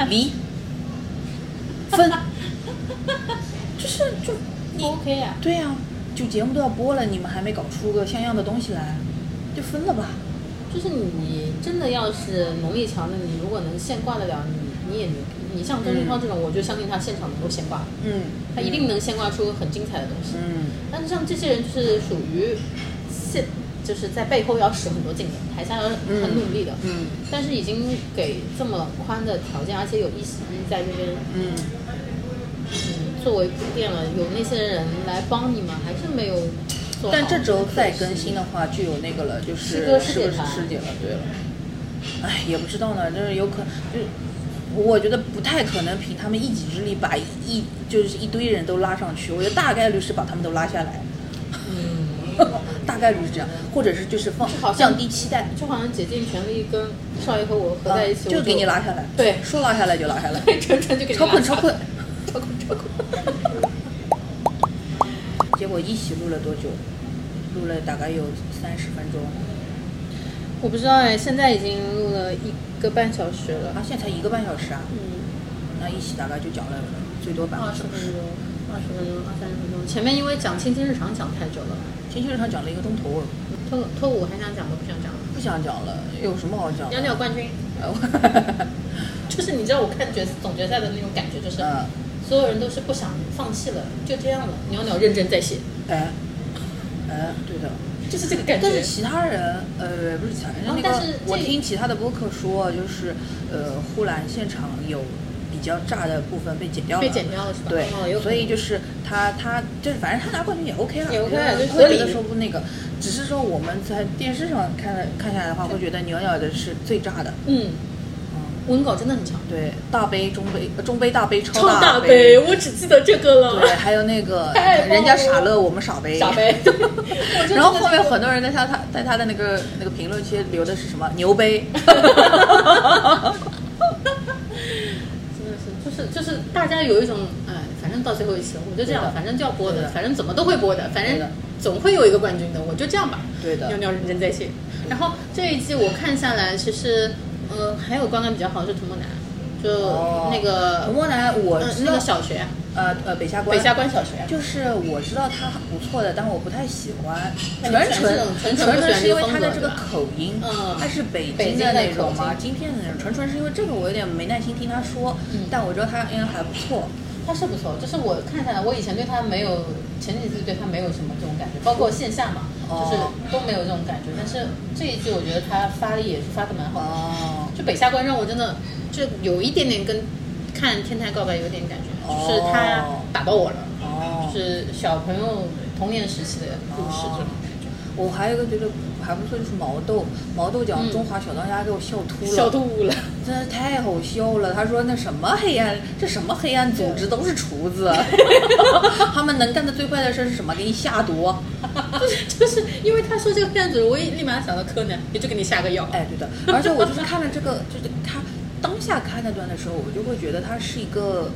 离 分，就是就不 OK 啊，对呀、就节目都要播了，你们还没搞出个像样的东西来，就分了吧。就是你真的要是能力强的，你如果能现挂得了，你你也牛逼。你像周俊涛这种，我就相信他现场能够先挂，嗯，他一定能先挂出很精彩的东西。嗯，但是像这些人就是属于现，就是在背后要使很多劲的，台下要很努力的。嗯但是已经给这么宽的条件，而且有一席在这边，嗯嗯，作为铺垫了，有那些人来帮你们，还是没有做好。但这周再更新的话，就有那个了，就是师哥是不师姐是团师姐了？对了，哎，也不知道呢，就是有可就我觉得不太可能凭他们一己之力把一就是一堆人都拉上去，我觉得大概率是把他们都拉下来，嗯， 大概率是这样，或者是就是放就好像降低期待，就好像竭尽全力跟少爷和我合啊在一起，我就给你 拉下来，对说拉下来就拉下来，纯纯就给你超拉困下超来困， 超困超困。结果一起录了多久？录了大概有三十分钟，我不知道哎，现在已经录了一个半小时了。啊，现在才一个半小时啊，嗯，那一起大概就讲了最多半个二小时十。分钟，二十分钟，二三十分钟。前面因为讲亲亲日常讲太久了，情绪日常讲了一个钟头，脱脱舞还想讲都不想讲了。不想讲了，有什么好讲鸟的？鸟冠军，呃我就是你知道我看决总决赛的那种感觉，就 是嗯，所有人都是不想放弃了，就这样了。鸟鸟认真在写，哎，哎，对的。就是这个感觉。嗯但是其他人，呃，不是其他人，然后那但个是这我听其他的播客说，就是呃，呼兰现场有比较炸的部分被剪掉了，被剪掉了是吧？对哦、有，可所能以就是他他就是反正他拿冠军也 OK 啊了，也 OK 了我觉得就合理我觉得说不那个，只是说我们在电视上看了看下来的话，会觉得鸟鸟的是最炸的，嗯，嗯，文稿真的很强，对，大杯、中杯、呃中杯、大杯、超超大大杯，我只记得这个对，了。还有那个 太棒了人家傻乐，我们傻呗。傻 杯， 我就然后后面记得很多人在他他在他的那个那个评论区留的是什么牛杯，这个真的是，就是就是大家有一种，哎，反正到最后一期了，我就这对的样，反正就要播对的的，反正怎么都会播的，反对正的总会有一个冠军的，我就这样吧。对要的，不要认真在写。然后这一季我看下来，其实，嗯、还有观感比较好的是涂墨男，就哦那个、童墨男我呃知那道个，小学，呃呃北下关，北下关小学。就是我知道他不错的，但我不太喜欢。那纯你全是纯纯纯不喜纯欢是因为这个他风的格这个对吧口音，嗯他是北北京京的的那口种嘛，音京片的那种。纯纯是因为这个，我有点没耐心听他说嗯，但我知道他应该还不错。他是不错，就是我看下来，我以前对他没有前几次对他没有什么这种感觉，包括线下嘛，就是哦都没有这种感觉。但是这一季我觉得他发力也是发的蛮好的，哦，就北下关让我真的就有一点点跟看《天台告白》有点感觉，哦就是他打到我了，哦就是小朋友童年时期的故事这种感觉。我还有一个觉得还不错，就是毛豆，毛豆讲嗯中华小当家给我笑秃了，小肚了， 真的太好笑了。他说那什么黑暗，这什么黑暗组织都是厨 子，他们能干的最快的事是什么？给你下毒。就是因为他说这个骗子，我也立马想到柯南，也就给你下个药。哎，对的，而且我就是看了这个，就是他当下看那段的时候，我就会觉得他是一个。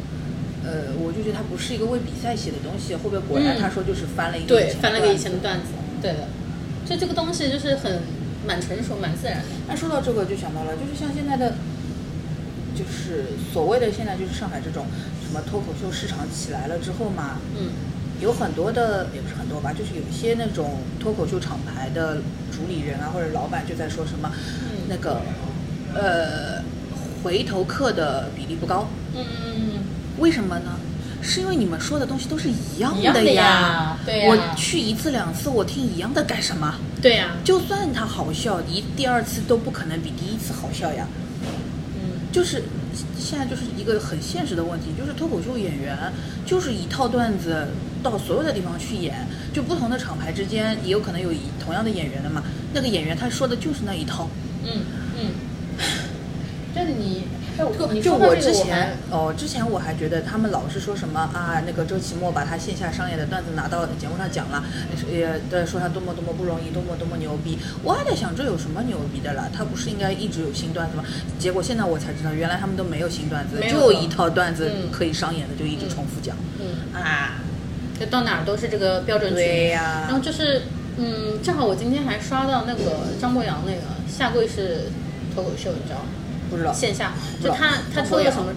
呃，我就觉得他不是一个为比赛写的东西，后边果然嗯他说就是翻了一个、对，翻了个以前的段子，对的。就这个东西就是很蛮成熟、蛮自然的。那说到这个，就想到了，就是像现在的，就是所谓的现在就是上海这种什么脱口秀市场起来了之后嘛，嗯有很多的也不是很多吧，就是有一些那种脱口秀厂牌的主理人啊或者老板就在说什么嗯那个呃回头客的比例不高，嗯嗯为什么呢？是因为你们说的东西都是一样一样的呀呀，对呀我去一次两次，我听一样的干什么？嗯，对呀、就算它好笑，一第二次都不可能比第一次好笑呀。嗯，就是现在就是一个很现实的问题，就是脱口秀演员就是一套段子到所有的地方去演，就不同的厂牌之间也有可能有一同样的演员的嘛。那个演员他说的就是那一套。嗯嗯， 就是你，哎我你就说到我这个之我前哦，之前我还觉得他们老是说什么啊，那个周奇墨把他线下商演的段子拿到节目上讲了，也在说他多么多么不容易，多么多么牛逼。我还在想这有什么牛逼的啦？他不是应该一直有新段子吗？结果现在我才知道，原来他们都没有新段子，没有就的一套段子嗯可以商演的，就一直重复讲。嗯，啊，就到哪儿都是这个标准对群。呀、然后就是，嗯，正好我今天还刷到那个张博洋那个下跪式脱口秀，你知道吗？不知道线下不知就道他他哦张出博了洋什么？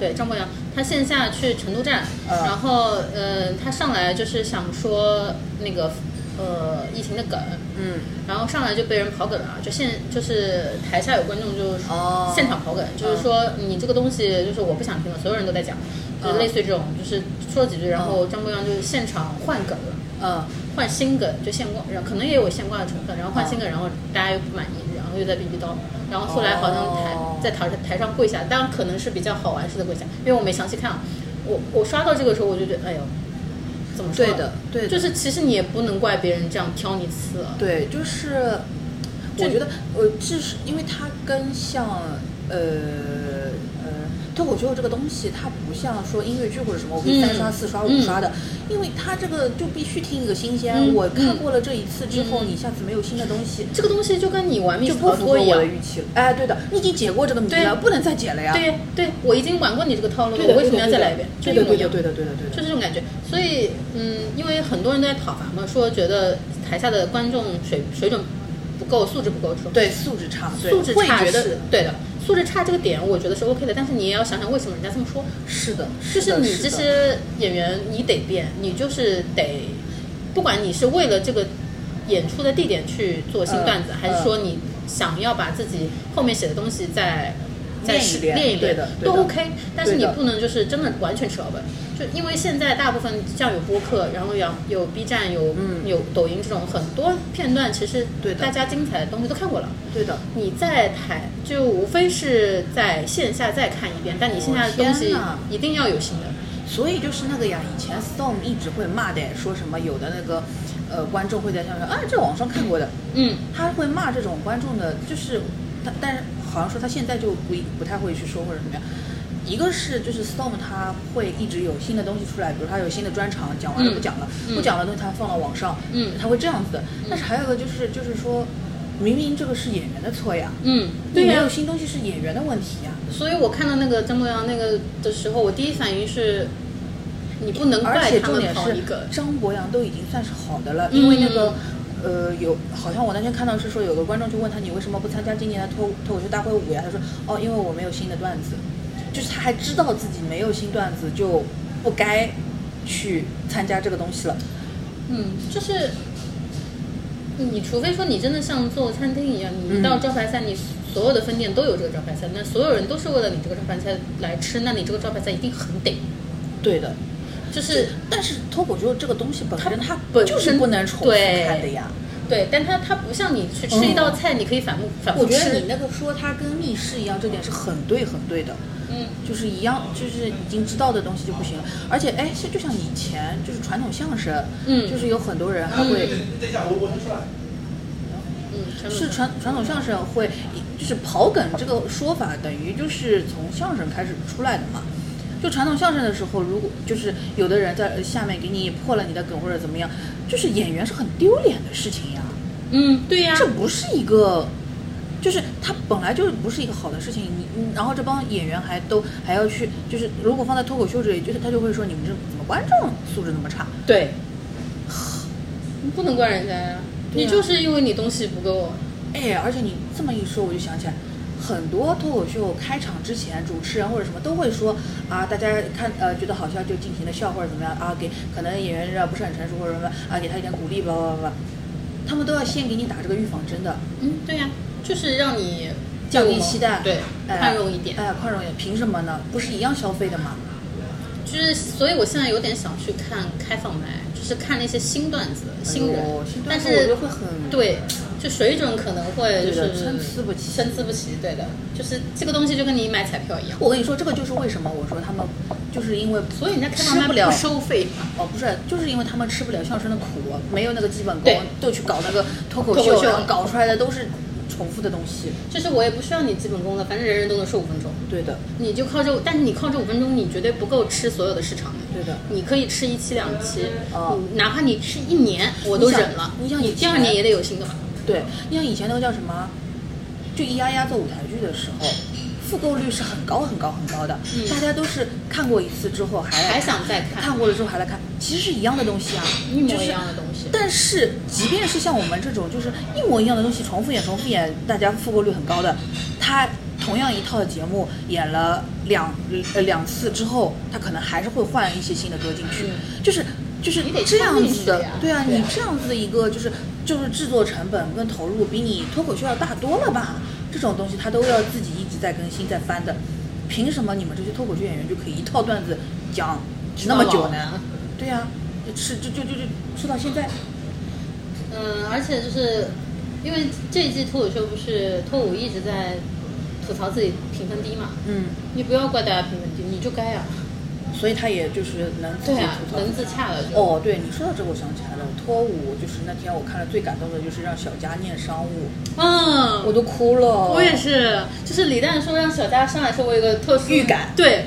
对张博洋，他线下去成都站，嗯然后呃，他上来就是想说那个呃疫情的梗，嗯，然后上来就被人跑梗了，就现就是台下有观众就哦现场跑梗，就是说你这个东西就是我不想听了，所有人都在讲，就嗯是类似于这种，就是说了几句，然后张博洋就现场换梗了。嗯，换新梗就现挂，然后可能也有现挂的成分，然后换新梗，然哦后大家又不满意，然后又在逼逼叨，然后后来好像台、哦在台台上跪下，当然可能是比较好玩式的跪下，因为我没详细看啊，我我刷到这个时候我就觉得，哎呦，怎么说？啊对的，，对的，就是其实你也不能怪别人这样挑你刺啊，对，就是就我觉得呃，至是因为它跟像呃呃脱口秀这个东西，它不像说音乐剧或者什么，我可以嗯三刷、四刷、五嗯刷的，因为它这个就必须听一个新鲜。嗯我看嗯过了这一次之后，嗯你下次没有新的东西。这个东西就跟你玩密就室不逃符合脱一我样的。预期了，哎，对的，你已经解过这个谜对了，不能再解了呀。对对，我已经玩过你这个套路了，对的，我为什么要对的再来一遍？对就的，一模对一样的，对的，对的，对的。就是这种感觉。所以，嗯，因为很多人都在讨伐嘛，说觉得台下的观众水水准不够，素质不够，这种对素质差，对素质会差觉是得对的，素质差这个点我觉得是 OK 的，但是你也要想想为什么人家这么说，是的，就是的你是这的些演员你得变，你就是得，不管你是为了这个演出的地点去做新嗯段子，还是嗯说你想要把自己后面写的东西再。再练一试遍练一对遍的对都的 OK，但是对你的不能就是真的完全吃老本，就因为现在大部分像有播客，然后有有 B 站，有、嗯有抖音这种很多片段，其实对的大家精彩的东西都看过了。对的，你在台就无非是在线下再看一遍，但你线下的东哦我天西哪一定要有新的。所以就是那个呀，以前 Storm 一直会骂的，说什么有的那个呃观众会在下面说啊，这网上看过的，嗯，他会骂这种观众的，就是他，但是好像说他现在就不一不太会去说或者怎么样。一个是就是 Storm 他会一直有新的东西出来，比如他有新的专场，讲完了嗯不讲了，嗯不讲了东西他放到网上，嗯他会这样子的。但是还有一个就是就是说，明明这个是演员的错呀，嗯，你对没呀、有新东西是演员的问题呀。所以我看到那个张博洋那个的时候，我第一反应是，你不能而怪且他重们点跑是一个，张博洋都已经算是好的了，嗯因为那个。呃，有好像我那天看到是说有个观众就问他你为什么不参加今年的脱脱口秀大会五呀？他说哦，因为我没有新的段子，就是他还知道自己没有新段子就不该去参加这个东西了。嗯，就是你除非说你真的像做餐厅一样，你嗯到招牌菜，你所有的分店都有这个招牌菜，那所有人都是为了你这个招牌菜来吃，那你这个招牌菜一定很顶，对的，就是但是脱口秀这个东西本身它本就身是不能重复对看的呀。对，但它它不像你去吃一道菜，你可以反复反复哦我吃。觉得你那个说它跟密室一样，这点是很对很对的。嗯，就是一样，就是已经知道的东西就不行了。而且，哎，是就像以前就是传统相声，嗯就是有很多人还会、等一下，我我先出来。嗯，是传传统相声会，就是跑梗这个说法等于就是从相声开始出来的嘛。就传统相声的时候，如果就是有的人在下面给你破了你的梗或者怎么样，就是演员是很丢脸的事情呀。嗯，对呀、这不是一个，就是它本来就不是一个好的事情。你你然后这帮演员还都还要去，就是如果放在脱口秀这里，就是他就会说你们这怎么观众素质那么差？对，你不能怪人家呀、对你啊就是因为你东西不够啊。哎，而且你这么一说，我就想起来。很多脱口秀开场之前，主持人或者什么都会说啊，大家看呃觉得好笑就尽情的笑或者怎么样啊，给可能演员不是很成熟或者什么啊，给他一点鼓励，吧吧吧，他们都要先给你打这个预防针的，嗯，对呀、就是让你啊降低期待，对，哎宽容一点。哎，宽容一点，凭什么呢？不是一样消费的吗？就是，所以我现在有点想去看开放麦，就是看那些新段子、新人，哎新段但子我觉是得会很，对，就水准可能会就对是的参差不齐参差不齐，对的，就是这个东西就跟你买彩票一样，我跟你说，这个就是为什么我说他们就是因为所以人家开放吃麦不了收费哦，不是，就是因为他们吃不了相声的苦，没有那个基本功对，就去搞那个脱口脱口秀然后搞出来的都是重复的东西。就是我也不需要你基本功了，反正人人都能说五分钟，对的，你就靠这，但是你靠这五分钟，你绝对不够吃所有的市场的。对的。你可以吃一期两期，哦嗯哪怕你吃一年，我都你想忍了。你想以前第二年也得有新的吧？对，你像以前那个叫什么，就咿呀呀做舞台剧的时候，复购率是很高很高很高的，嗯大家都是看过一次之后还来还想再看看过了之后还来看，其实是一样的东西啊，一模就是一样的东西但是即便是像我们这种就是一模一样的东西重复演重复演，大家复购率很高的，它同样一套的节目演了两呃两次之后，他可能还是会换一些新的歌进去，嗯就是就是你得这样掺进子去的，呀对啊，对你啊这样子的一个就是就是制作成本跟投入比你脱口秀要大多了吧？这种东西他都要自己一直在更新在翻的，凭什么你们这些脱口秀演员就可以一套段子讲那么久呢？？对呀、吃就就就就吃到现在，嗯，而且就是因为这一季脱口秀不是脱五一直在吐槽自己评分低嘛，嗯，你不要怪大家评分低，你就该啊，所以他也就是能自己对啊吐，槽能自洽了就。哦，对你说到这个，我想起来了，脱舞就是那天我看了最感动的就是让小佳念商务，嗯，我都哭了。我也。是，就是李诞说让小佳上来的时候，我有个特殊预感嗯对。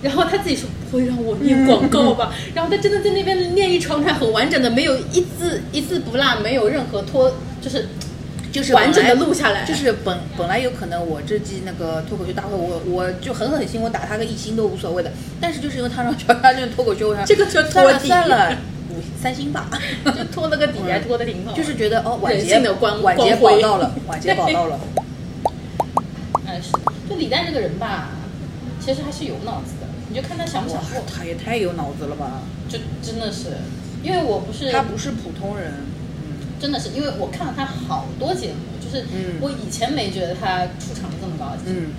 然后他自己说不会让我念广告吧？然后他真的在那边念一长串很完整的，没有一字一字不落，没有任何拖，就是就是完整的本录下来。就是本本来有可能我这季那个脱口秀大会，我我就狠狠心，我打他个一星都无所谓的。但是就是因为他让小佳这个脱口秀，我想这个就算拖了底，算了，五三星吧， 就拖了个底，还拖的挺好。就是觉得哦，晚人节性的光晚节光辉保到了，晚节保到 了。哎，是，就李诞这个人吧，其实还是有脑子的。你就看他想不想哇做，，他也太有脑子了吧？就真的是，因为我不是他不是普通人，嗯真的是因为我看了他好多节目，就是嗯我以前没觉得他出场率这么高，嗯，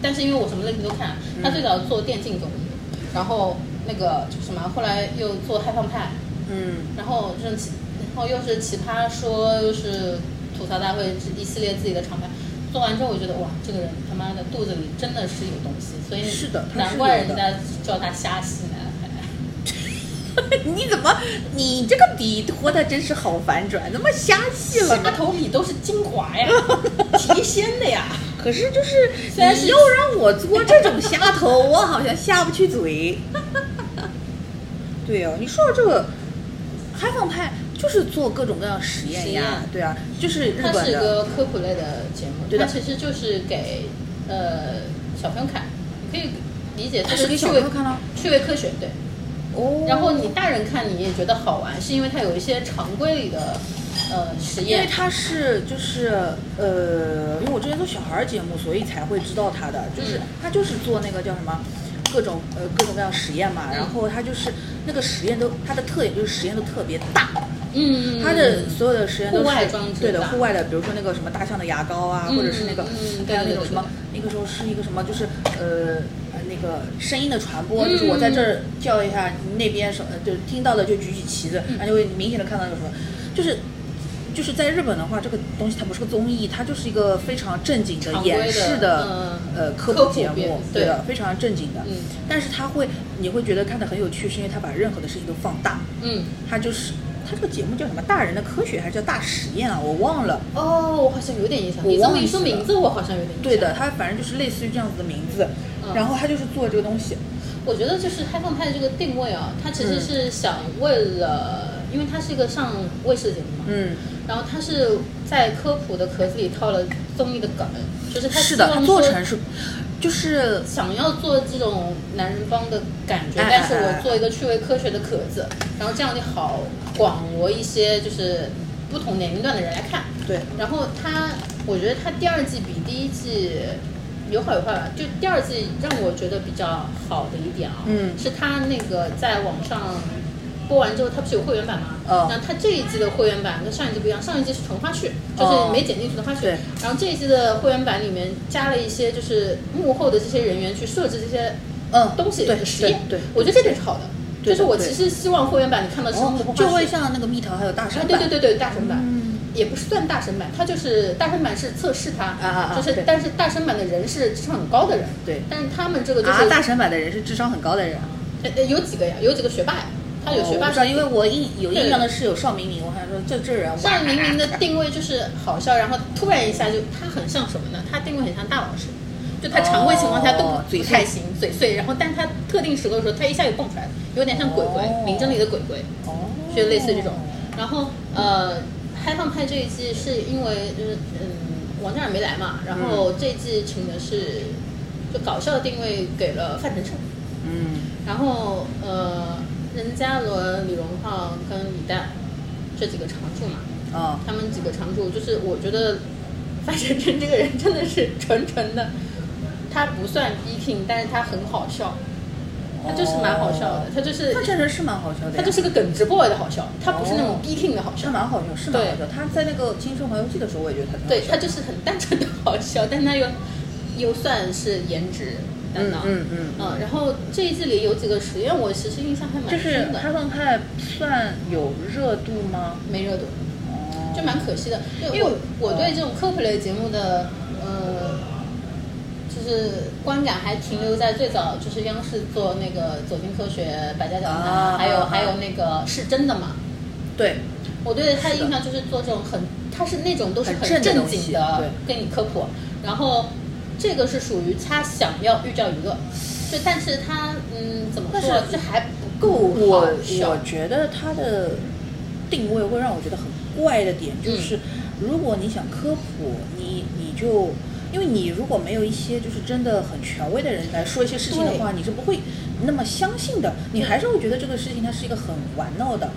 但是因为我什么类型都看，他嗯最早做电竞综艺，然后那个就是什么，后来又做嗨放派，嗯然后就是奇，然后又是奇葩说，又是吐槽大会这一系列自己的厂牌。做完之后，我觉得哇，这个人他妈的肚子里真的是有东西，所以是的他是难怪有的人家叫他虾西男 孩。你怎么，你这个笔拖的真是好反转，怎么瞎戏了虾呢？哎头里都是精 华呀，提鲜的呀。可是就是，虽然是你要让我做这种虾头，我好像下不去 嘴。对哦，你说到这个，开放派就是做各种各样实验实呀验，对啊，就是日它是本一的，个科普类的节目，对的它其实就是给呃小朋友看，你可以理解它这啊是是给趣小朋味友看的。趣味科学对。哦，然后你大人看你也觉得好玩，是因为它有一些常规里的呃实因为验，它是就是呃，因为我之前做小孩儿节目，所以才会知道它的，就是嗯它就是做那个叫什么。各种呃各种各样实验嘛，嗯然后它就是那个实验都它的特点就是实验都特别大，嗯，它的所有的实验都是户外装置对的大户外的，比如说那个什么大象的牙膏啊，嗯或者是那个嗯还有那种对对对什么对，那个时候是一个什么，就是呃呃那个声音的传播，嗯就是我在这儿叫一下，那边什么呃就是听到的就举起旗子，嗯而且会明显的看到有什么，就是。就是在日本的话，这个东西它不是个综艺，它就是一个非常正经的常规的演示的嗯呃科科普普节片目，对的，非常正经的。嗯但是它会，你会觉得看的很有趣，是因为它把任何的事情都放大。嗯他就是他这个节目叫什么？大人的科学还是叫大实验啊？我忘了。哦，我好像有点印象，我你这忘么记一说了名字，我好像有点印象。对的，，他反正就是类似于这样子的名字，嗯然后他就是做这个东西。我觉得就是开放派这个定位啊，它其嗯实是想为了，因为它是一个上卫视节目嘛，嗯，然后他是在科普的壳子里套了综艺的梗，就是他是希的，他望做说成是，就是想要做这种男人帮的感觉，哎哎但是哎哎我做一个趣味科学的壳子，然后这样就好广罗一些就是不同年龄段的人来看。对，然后他，我觉得他第二季比第一季有好有坏吧。就第二季让我觉得比较好的一点啊，嗯是他那个在网上播完之后，他不是有会员版吗？嗯那他这一季的会员版跟上一季不一样，上一季是纯花絮，哦就是没剪进去的花絮。对然后这一季的会员版里面加了一些就是幕后的这些人员去设置这些嗯，东西对实验，对对我觉得这点是好的。对的就是我对其实希望会员版你看到是幕后哦，花絮，就会像那个蜜桃还有大啊，神对版，对对对，大神版、嗯也不是算大神版，它就是大神版是测试它，啊啊啊就是对但是大神版的人是智商很高的人，对但是他们这个就是、啊，大神版的人是智商很高的人啊。呃呃有几个呀，有几个学霸呀，他有哦学我霸不知是、道，因为我印有印象对的是有邵明明，我还说这这人像明明的定位就是好笑，然后突然一下就他很像什么呢？他定位很像大老师，就他常规情况下都不,、哦嘴不碎太行，嘴碎，然后但他特定时刻的时候，他一下就蹦出来了，有点像鬼鬼哦《名侦里的鬼鬼》。哦，就类似于这种。然后呃，嗨放派这一季是因为就是嗯，王嘉尔没来嘛，然后这一季请的是就搞笑的定位给了范丞丞，嗯，然后呃，任嘉伦、李荣浩跟李诞这几个常驻嘛，啊，他们几个常驻就是我觉得范丞丞这个人真的是纯纯的它不算 Viking，但是它很好笑，它就是蛮好笑哦的，它就是他确实是蛮好笑的呀，它就是个耿直 boy 的好笑，它不是那种哦 Viking 的好笑是。蛮好笑，是蛮好笑。他在那个《青春环游记》的时候，我也觉得他挺好对，笑他就是很单纯的好笑，但他又又算是颜值担嗯当。嗯嗯嗯，然后这一季里有几个实验，我其实印象还蛮就是深的，哈顿派算有热度吗？没热度，哦就蛮可惜的。就因为我我对这种科普类节目的呃，就是观感还停留在最早就是央视做那个《走进科学》《百家讲坛》啊还有啊还有那个是真的吗？对，我对他的是的印象就是做这种很，他是那种都是很很正的正东西经的跟你科普，然后这个是属于他想要寓教于乐，就但是他嗯怎么但是说，这还不够好我笑我，觉得它的定位会让我觉得很怪的点，嗯就是如果你想科普，你你就因为你如果没有一些就是真的很权威的人来说一些事情的话，你是不会那么相信的，你还是会觉得这个事情它是一个很玩闹的。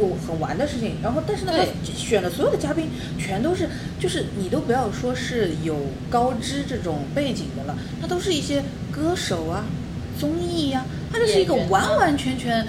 有很玩的事情，然后但是呢，他对选的所有的嘉宾全都是，就是你都不要说是有高知这种背景的了，他都是一些歌手啊、综艺呀、他就是一个演员啊完完全全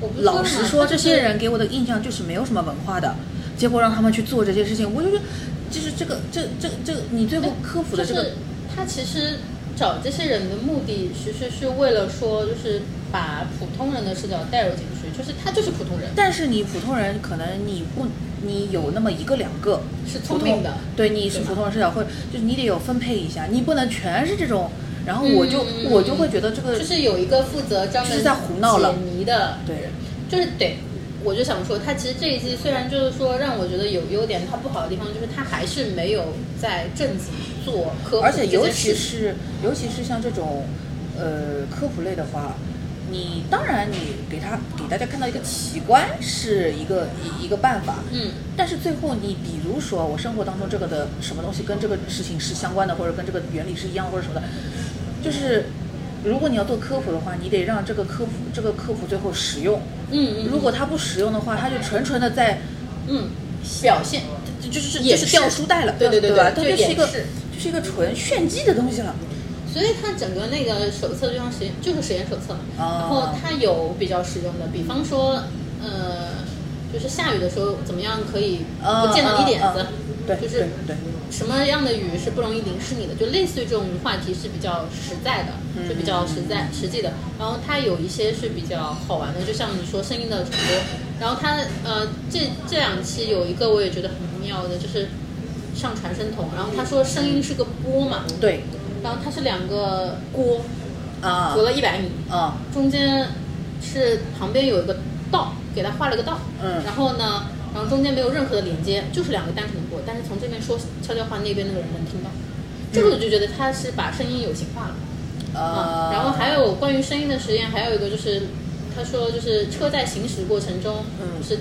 我不是老实说，嘛这些人给我的印象就是没有什么文化的，结果让他们去做这些事情，我就觉得，就是这个这这这个，你最后科普的这就个是，他其实找这些人的目的，其实是为了说就是把普通人的视角带入进去，就是他就是普通人，但是你普通人可能你不，你有那么一个两个是普聪通明的，对，你是对吧普通人视角，或者就是你得有分配一下，你不能全是这种，然后我就嗯我就会觉得这个就是有一个负责专门就是在胡闹了解谜的对，就是对，我就想说，他其实这一季虽然就是说让我觉得有优点，它不好的地方就是它还是没有在正经做科普而这且件事，尤其是尤其是像这种呃科普类的话，你当然你给他给大家看到一个奇观是一个一一个办法，嗯，但是最后你比如说我生活当中这个的什么东西跟这个事情是相关的，或者跟这个原理是一样或者什么的，就是如果你要做科普的话，你得让这个科普这个科普最后实用，嗯嗯，如果它不实用的话，它就纯纯的在嗯表现，就就是就掩是饰掉书袋了，对对对对吧？它对就就是一个掩饰就是一个纯炫技的东西了。所以它整个那个手册就像实验，就是实验手册嘛。哦然后它有比较实用的，比方说，呃，就是下雨的时候怎么样可以嗯不溅到你点嗯子，嗯对，就是对什么样的雨是不容易淋湿你的，就类似于这种话题是比较实在的，嗯就比较实在实际的。然后它有一些是比较好玩的，就像你说声音的传播。然后它呃这这两期有一个我也觉得很妙的，就是上传声筒，然后他说声音是个波嘛，对对然后它是两个锅啊隔了一百米，啊中间是旁边有一个道，给它画了个道，嗯然后呢，然后中间没有任何的连接，就是两个单纯的波，但是从这边说悄悄话，那边那个人能听到，这个我就觉得他是把声音有形化了啊！然后还有关于声音的实验，还有一个就是他说就是车在行驶过程中，嗯就是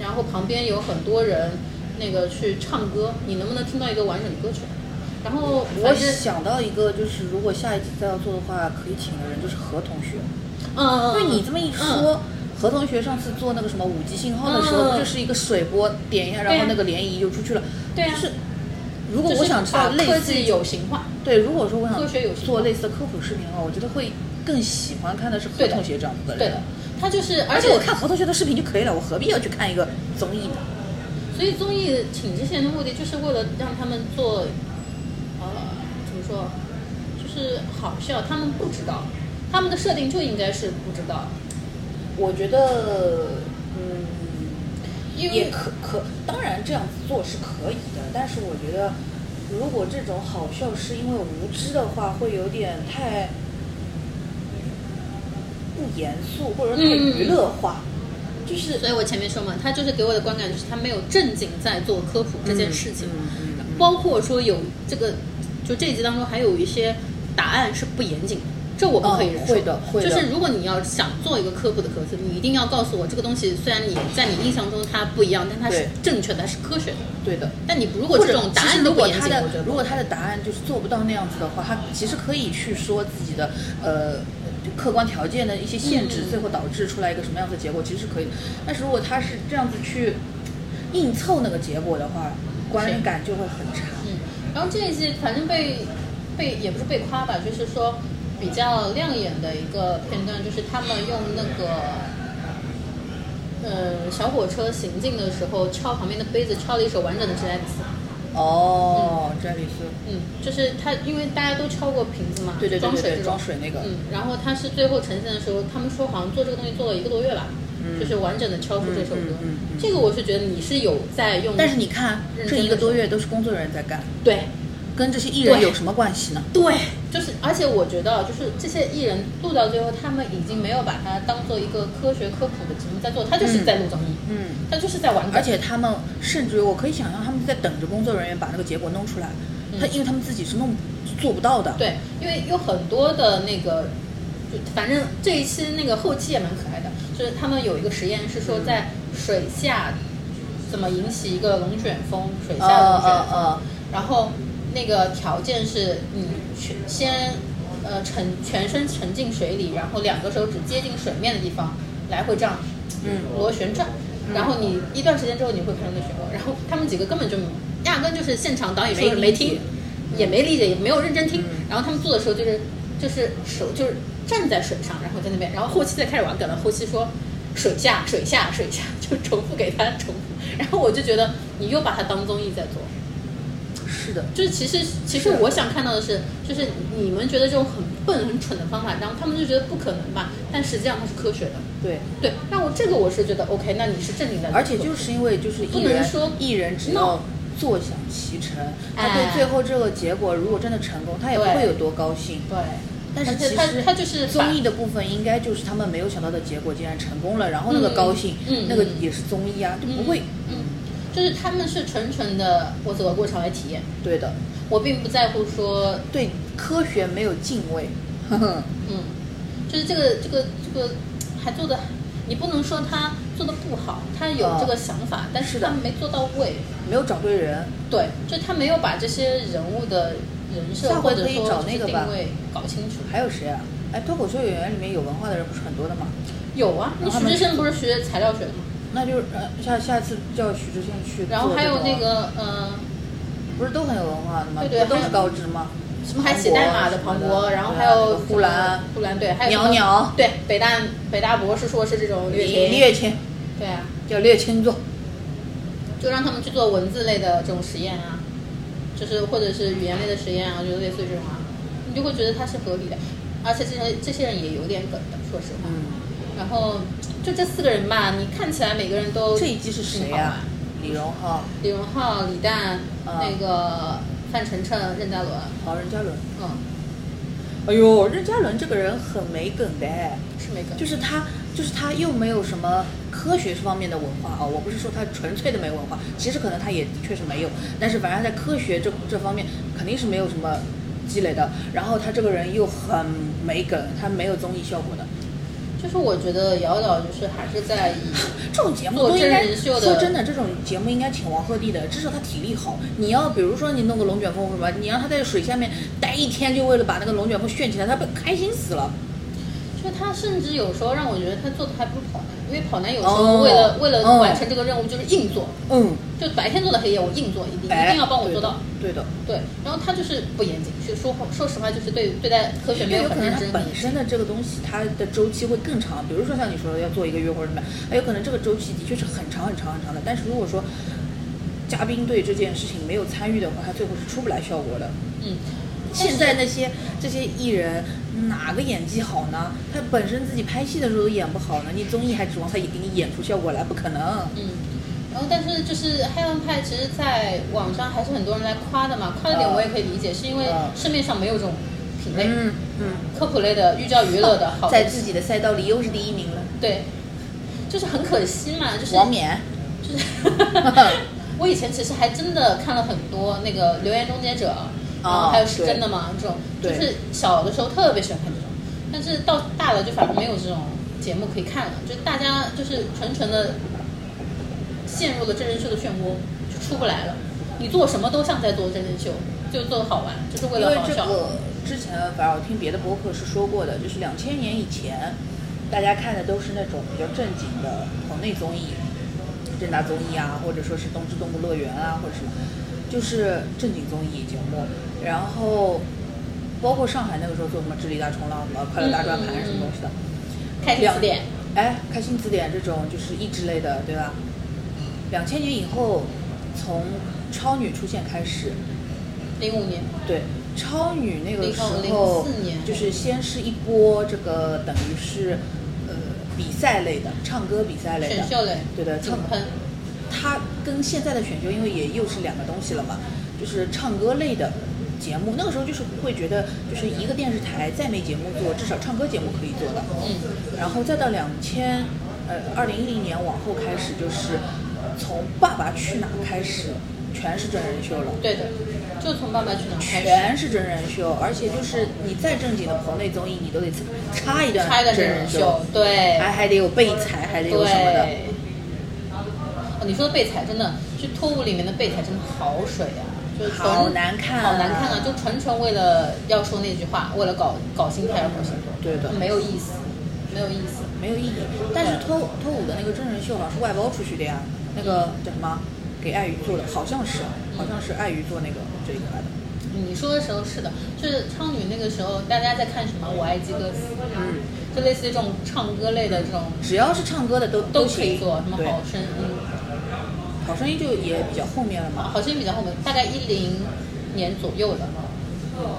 然后旁边有很多人那个去唱歌，你能不能听到一个完整的歌曲？然后我反正想到一个，就是如果下一季再要做的话，可以请的人就是何同学，因嗯，为你这么一嗯说。何同学上次做那个什么五级信号的时嗯候，不就是一个水波点一下，然对后啊那个涟漪就出去了。对啊就是如果我想知道就是把哦科类似技于有形化，对，如果说我想科学有形做类似的科普视频的话，我觉得会更喜欢看的是何对的同学这样子的人。对的，他就是，而而且且我看何同学的视频就可以了，我何必要去看一个综艺呢？所以综艺请这些人的目的就是为了让他们做，呃，怎么说，就是好笑，他们不知道，他们的设定就应该是不知道，我觉得，嗯，因也为可可，当然这样子做是可以的，但是我觉得，如果这种好笑是因为无知的话，会有点太不严肃，或者太嗯娱乐化，就是所以我前面说嘛，他就是给我的观感就是他没有正经在做科普这件事情，嗯嗯嗯嗯包括说有这个，就这一集当中还有一些答案是不严谨的。这我不可以嗯忍受、会的会的就是如果你要想做一个科普的科普，你一定要告诉我这个东西，虽然你在你印象中它不一样，但它是对正确的，它是科学的。对的。但你不如或果者这种答其案实都如不果严他谨，的我觉得如果他的答案就是做不到那样子的话，他其实可以去说自己的呃客观条件的一些限制，嗯最后导致出来一个什么样子的结果，其实是可以的。但是如果他是这样子去硬凑那个结果的话，观感就会很差。嗯，然后这一季反正被被被也不是被夸吧，就是说比较亮眼的一个片段，就是他们用那个呃小火车行进的时候敲旁边的杯子，敲了一首完整的《挚爱的词》。哦，这里是嗯，就是他，因为大家都敲过瓶子嘛，对对对装对水这对种装。水那个，嗯，然后他是最后呈现的时候，他们说好像做这个东西做了一个多月吧，嗯就是完整的敲出这首嗯歌。嗯嗯嗯这个我是觉得你是有在用，但是你看认这真一个的多说月都是工作人员在干，对跟这些艺人对有什么关系呢？对，就是而且我觉得啊就是这些艺人录到最后，他们已经没有把它当做一个科学科普的节目在做，他就是在录综艺，嗯，他就是在玩梗，而且他们甚至于我可以想象他们在等着工作人员把那个结果弄出来，他嗯因为他们自己是弄做不到的。对，因为有很多的那个，就反正这一期那个后期也蛮可爱的，就是他们有一个实验是说在水下怎么引起一个龙卷风，水呃下龙卷风，呃呃，然后那个条件是你全先呃沉全身沉进水里，然后两个手指接近水面的地方来回这样嗯，螺旋转，然后你一段时间之后你会看到那漩涡，然后他们几个根本就压根就是现场导演说没是没理解听，也没理解，也没有认真听嗯，然后他们做的时候就是就是手就是站在水上，然后在那边，然后后期再开始玩梗了，后期说水下水下水下，就重复给他重复，然后我就觉得你又把它当综艺在做，是的，就是其实其实是啊我想看到的是，就是你们觉得这种很笨很蠢的方法，然后他们就觉得不可能吧，但实际上它是科学的。对。对，那我这个我是觉得 OK，那你是正经的，而且就是因为就是不艺能人说艺人只 no 要坐享其成，他哎对最后这个结果如果真的成功，他也不对会有多高兴。对，但是而其且实他他就是把综艺的部分，应该就是他们没有想到的结果竟然成功了，然后那个嗯高兴，嗯那个嗯也是综艺啊，就嗯不会，嗯，就是他们是纯纯的我走的过程来体验，对的，我并不在乎说对科学没有敬畏，呵呵，嗯，就是这个这个这个还做的，你不能说他做的不好，他有哦这个想法，但是是的他没做到位，没有找对人，对，就他没有把这些人物的人设下或回者可以说找就是那个吧定位搞清楚。还有谁啊？哎，脱口秀演员里面有文化的人不是很多的吗？有啊，那然后徐他们志胜不是学材料学的吗？那就是呃，下下次叫徐志胜去做这个啊，然后还有那个呃。不是都很有文化的吗？对对不都还是有高知吗？什么海喜代码的庞博，然后还有呼兰、呼兰对，还有袅什么袅对北大北大博士硕士这种李群列签，对啊，叫列签座，就让他们去做文字类的这种实验啊，就是或者是语言类的实验啊，就是类似于这种啊，你就会觉得它是合理的，而且这些这些人也有点梗的，说实话。嗯，然后就这四个人吧，你看起来每个人都这一季是哦啊谁挺好呀玩？李荣哦浩、李荣浩、李诞、嗯那个范丞丞、任嘉伦，好任嘉伦。嗯，哎呦，任嘉伦这个人很没梗的哎，是没梗，就是他，就是他又没有什么科学方面的文化啊、我不是说他纯粹的没文化，其实可能他也确实没有，但是反正在科学这这方面肯定是没有什么积累的。然后他这个人又很没梗，他没有综艺效果的。就是我觉得姚姚就是还是在以。这种节目都应该做真人秀的说真的，这种节目应该请王鹤棣的，至少他体力好。你要比如说你弄个龙卷风或什么，你让他在水下面待一天，就为了把那个龙卷风炫起来，他不开心死了。就他甚至有时候让我觉得他做的还不如跑男，因为跑男有时哦候为了、为了嗯完成这个任务就是硬做，嗯，就白天做到黑夜我硬做，一定、哎一定要帮我做到。对的。对，然后他就是不严谨，就说说实话就是对对待科学对没的，有有可很能认他真。本身的这个东西，它的周期会更长。比如说像你说的，要做一个月或者什么样，它有可能这个周期的确是很长很长很长的。但是如果说嘉宾对这件事情没有参与的话，他最后是出不来效果的。嗯，现在那些这些艺人哪个演技好呢？他本身自己拍戏的时候都演不好呢，你综艺还指望他给你演出效果来，不可能。嗯，然后但是就是黑暗派，其实在网上还是很多人来夸的嘛，夸的点我也可以理解，是因为嗯市面上没有这种品类、嗯嗯，科普类的寓教于乐的好在东西自己的赛道里又是第一名了。对，就是很可惜嘛，就是王冕，就是 我以前其实还真的看了很多那个《留言终结者》然后还有《是真的吗》这种，就哦对是小的时候特别喜欢看这种，但是到大了就反而没有这种节目可以看了，就大家就是纯纯的陷入了真人秀的漩涡，就出不来了。你做什么都像在做真人秀，就做好玩，就是为嗯因为了好这笑。个之前反正我听别的博客是说过的，就是两千年以前，大家看的都是那种比较正经的棚内综艺，正大综艺啊，或者说是东芝动物乐园啊，或者什么，就是正经综艺节目。然后包括上海那个时候做什么智力大冲浪、什么快乐大转盘什么东西的，开心词典，哎，开心词典这种就是益智类的，对吧？两千年以后，从超女出现开始，零五年，对，超女那个时候2004年就是先是一波这个等于是呃比赛类的，唱歌比赛类的选，秀类，对的井唱喷，它跟现在的选秀，因为也又是两个东西了嘛，就是唱歌类的节目，那个时候就是会觉得，就是一个电视台再没节目做，至少唱歌节目可以做的。嗯，然后再到两千，呃，二零一零年往后开始，就是从《爸爸去哪儿》开始，全是真人秀了。对的，就从爸爸去哪儿开始，全是真人秀，而且就是你再正经的棚内综艺，你都得插一段拍的真真人人秀，，对，还还得有备采，还得对，有什么的。哦，你说的备采真的，就脱物里面的备采真的好水啊，就是纯好难看啊好难看啊，就纯纯为了要说那句话，为了搞搞心态而搞心态，对的没有意思，没有意思。没有意义。但是脱脱舞的那个真人秀好像是外包出去的呀，那个叫什么？给爱鱼做的，好像是，好像是爱鱼做那个这一块的。你说的时候是的，就是超女那个时候，大家在看什么《我爱基克斯》，嗯，就类似于这种唱歌类的这种只要是唱歌的都都可以行，做，什么对，好声音，好声音就也比较后面了嘛。啊好声音比较后面，大概一零年左右的，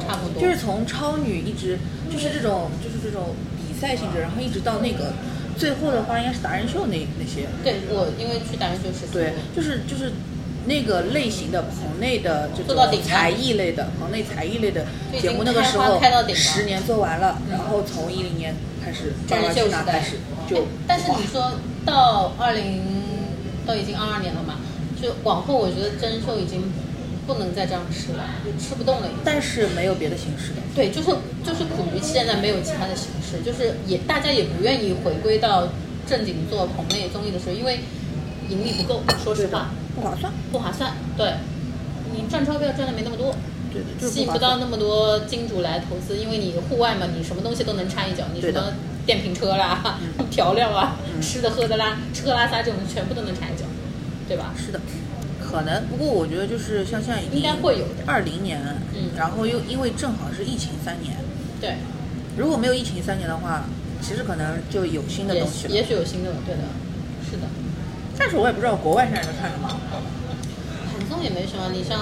差不多。就是从超女一直就是这种就是这种比赛性质，然后一直到那个最后的话应该是达人秀那那些，对我因为去达人秀实习过，对，就是就是那个类型的棚内的这做到顶种了才艺类的棚内才艺类的就已节经目，那个开时花候开到顶了十年做完了，嗯然后从一零年开始真慢慢人秀去时哪代开始就哎，但是哇你说到二零都已经二二年了嘛，就往后我觉得真人秀已经不能再这样吃了，就吃不动了已经。但是没有别的形式的，对，就是就是苦于现在没有其他的形式，就是也大家也不愿意回归到正经做棚内综艺的时候，因为盈利不够，说实对的话，不划算，不划算。对，你赚钞票赚的没那么多，对的，就是吸引不不划到算。那么多金主来投资，因为你户外嘛，你什么东西都能掺一脚，你什对的嗯么电瓶车啦、 调料啊、吃的喝的啦、吃喝拉撒这种全部都能掺一脚，对吧？是的，可能不过我觉得就是像现在已经应该会有的二零年，嗯然后又因为正好是疫情三年，对，如果没有疫情三年的话，其实可能就有新的也东西了。也许有新的了，对的，是的。但是我也不知道国外现在在看什么。嗯韩综也没什么，你像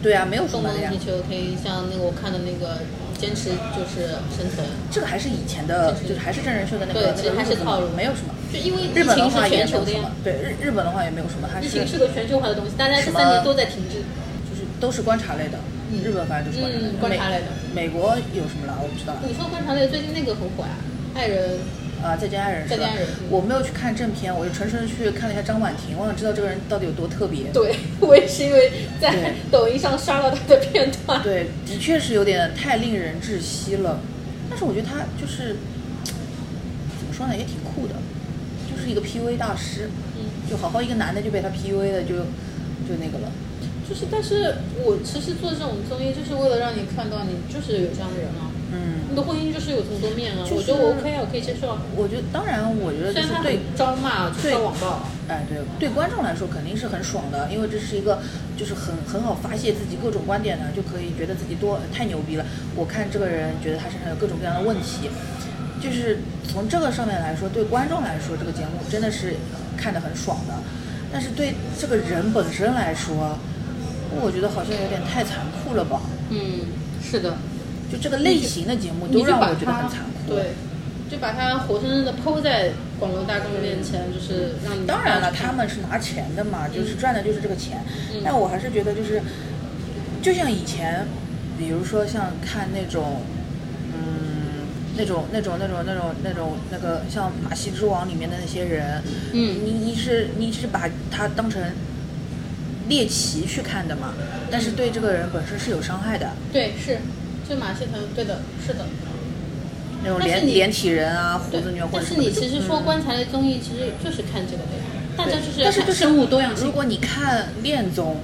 对啊，没有《什东么方的呀地。球》可以像那个我看的那个《坚持就是生存》，这个还是以前的，就是就是还是真人秀的那对个那其实个还是路子嘛套路没有什么。就因为疫日本的情话是也没有全球的什么呀，，对日日本的话也没有什么，还疫是情是个全球化的东西，大家这什么三年都在停滞。就是都是观察类的。嗯日本反正就是嗯观察观察类类的的。嗯美美国有什么了？我不知道了。你说观察类最近那个很火呀，《爱人》啊，再见爱人是吧？再见爱人嗯我没有去看正片，我就纯纯去看了一下张婉婷，我想知道这个人到底有多特别。对，我也是因为在对 抖音上刷到他的片段。对，的确是有点太令人窒息了。但是我觉得他就是怎么说呢，也挺酷的，就是一个 PUA 大师。嗯，就好好一个男的就被他 PUA 的就就那个了。就是，但是我其实做这种综艺，就是为了让你看到你就是有这样的人啊，嗯，你的婚姻就是有这么多面啊，就是我觉得我 OK 啊，我可以接受啊。我觉得当然，我觉得就虽然是他对很，招骂，啊就是对招网暴，哎，对，对观众来说肯定是很爽的，因为这是一个就是很很好发泄自己各种观点的，就可以觉得自己多太牛逼了。我看这个人，觉得他身上有各种各样的问题，就是从这个上面来说，对观众来说，这个节目真的是看得很爽的。但是对这个人本身来说，我觉得好像有点太残酷了吧？嗯，是的，就这个类型的节目你都就让把我觉得他很残酷。对，就把他活生生的抛在广大众面前，就是让你当然了，他们是拿钱的嘛，就是赚的就是这个钱。嗯但我还是觉得，就是就像以前，比如说像看那种，嗯，那种那种那种那种那种那个像《马戏之王》里面的那些人，嗯你你是你是把他当成猎奇去看的嘛，但是对这个人本身是有伤害的。对是，就马戏团对的，是的。那种但是连你连体人啊、胡对子虐或但者是什么你的其就实说嗯观察类综艺，其实就是看这个的呀，大家对就是要但是看就是生物多样性。如果你看恋综，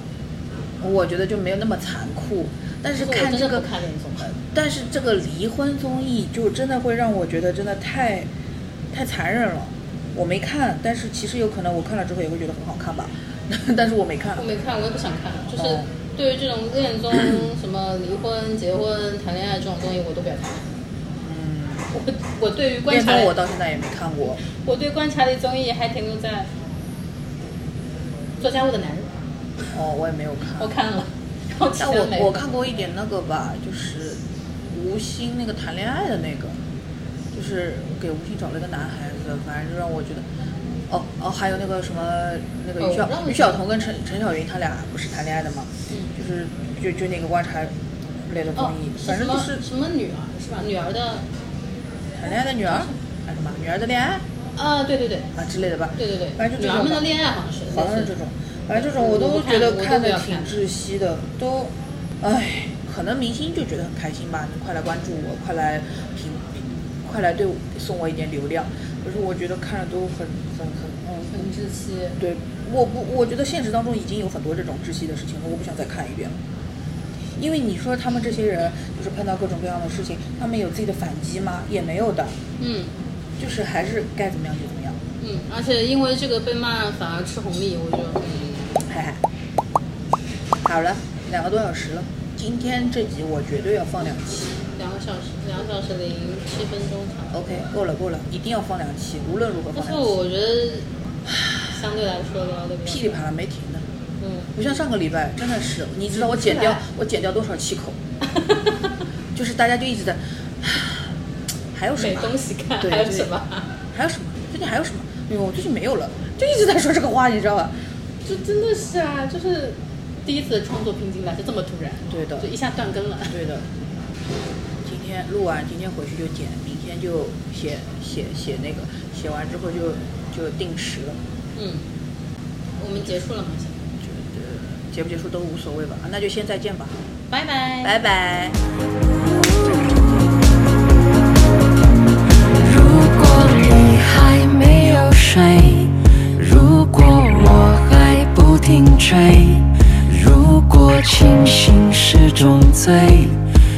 我觉得就没有那么残酷，但是不过看我这真的个不，看恋综，但是这个离婚综艺就真的会让我觉得真的太，太残忍了。我没看，但 是其实有可能我看了之后也会觉得很好看吧，但是我没看嗯我。没看，我也不想看，就是呃哦对于这种 恋综、什么离婚、结婚、谈恋爱这种综艺，我都不要看。嗯，我我对于观恋察综类我到现在也没看过。我对观察类综艺还停留在做家务的男人，哦，我也没有看。我看了，然后其但他我没我看过一点那个吧，就是吴昕那个谈恋爱的那个，就是给吴昕找了一个男孩子，反正就让我觉得，哦哦，还有那个什么那个哦于晓我让你于晓彤跟陈陈小云他俩不是谈恋爱的吗？嗯就是就就那个观察类的综哦艺，，什反正么就是什么女儿是吧？女儿的谈恋爱的女儿，还是什么女儿的恋爱啊，对对对啊之类的吧。对对对，反正就这女儿种们吧的恋爱好像是好像类是似这种，反正这种我我都不看觉得我都看不的要挺看窒息的，都，唉，可能明星就觉得很开心吧，你快来关注我，快来评，快来对我送我一点流量，可是我觉得看着都很很很，嗯，很窒息。对，我不，我觉得现实当中已经有很多这种窒息的事情了，我不想再看一遍了。因为你说他们这些人就是碰到各种各样的事情，他们有自己的反击吗？也没有的，嗯就是还是该怎么样就怎么样，嗯，而且因为这个被骂反而吃红利，我觉得。嗨嗨， 好了，两个多小时了，今天这集我绝对要放两期。两个小时，两个小时零七分钟长。 OK，够了够了，一定要放两期，无论如何但放是两期，我觉得相对来说聊的比较噼里啪啦没停的，嗯，不像上个礼拜，真的是，你知道我剪掉是吧我剪掉多少气口， 就是大家就一直在， 还有什没么？东西看，对还有对什么？还有什么？最近还有什么？哎呦，我最近没有了，就一直在说这个话，你知道吧？就真的是啊，就是第一次创作瓶颈来的这么突然，对的就，一下断更了。对的。今天录完，今天回去就剪，明天就写写写那个，写完之后就就定时了。嗯，我们结束了吗？现在觉得结不结束都无所谓吧，啊那就先再见吧，拜拜。拜拜。如果你还没有睡，如果我还不停追，如果清醒是种罪，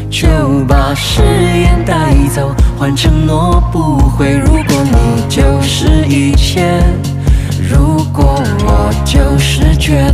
就把誓言带走，换承诺不悔。如果你就是一切，如果我就是绝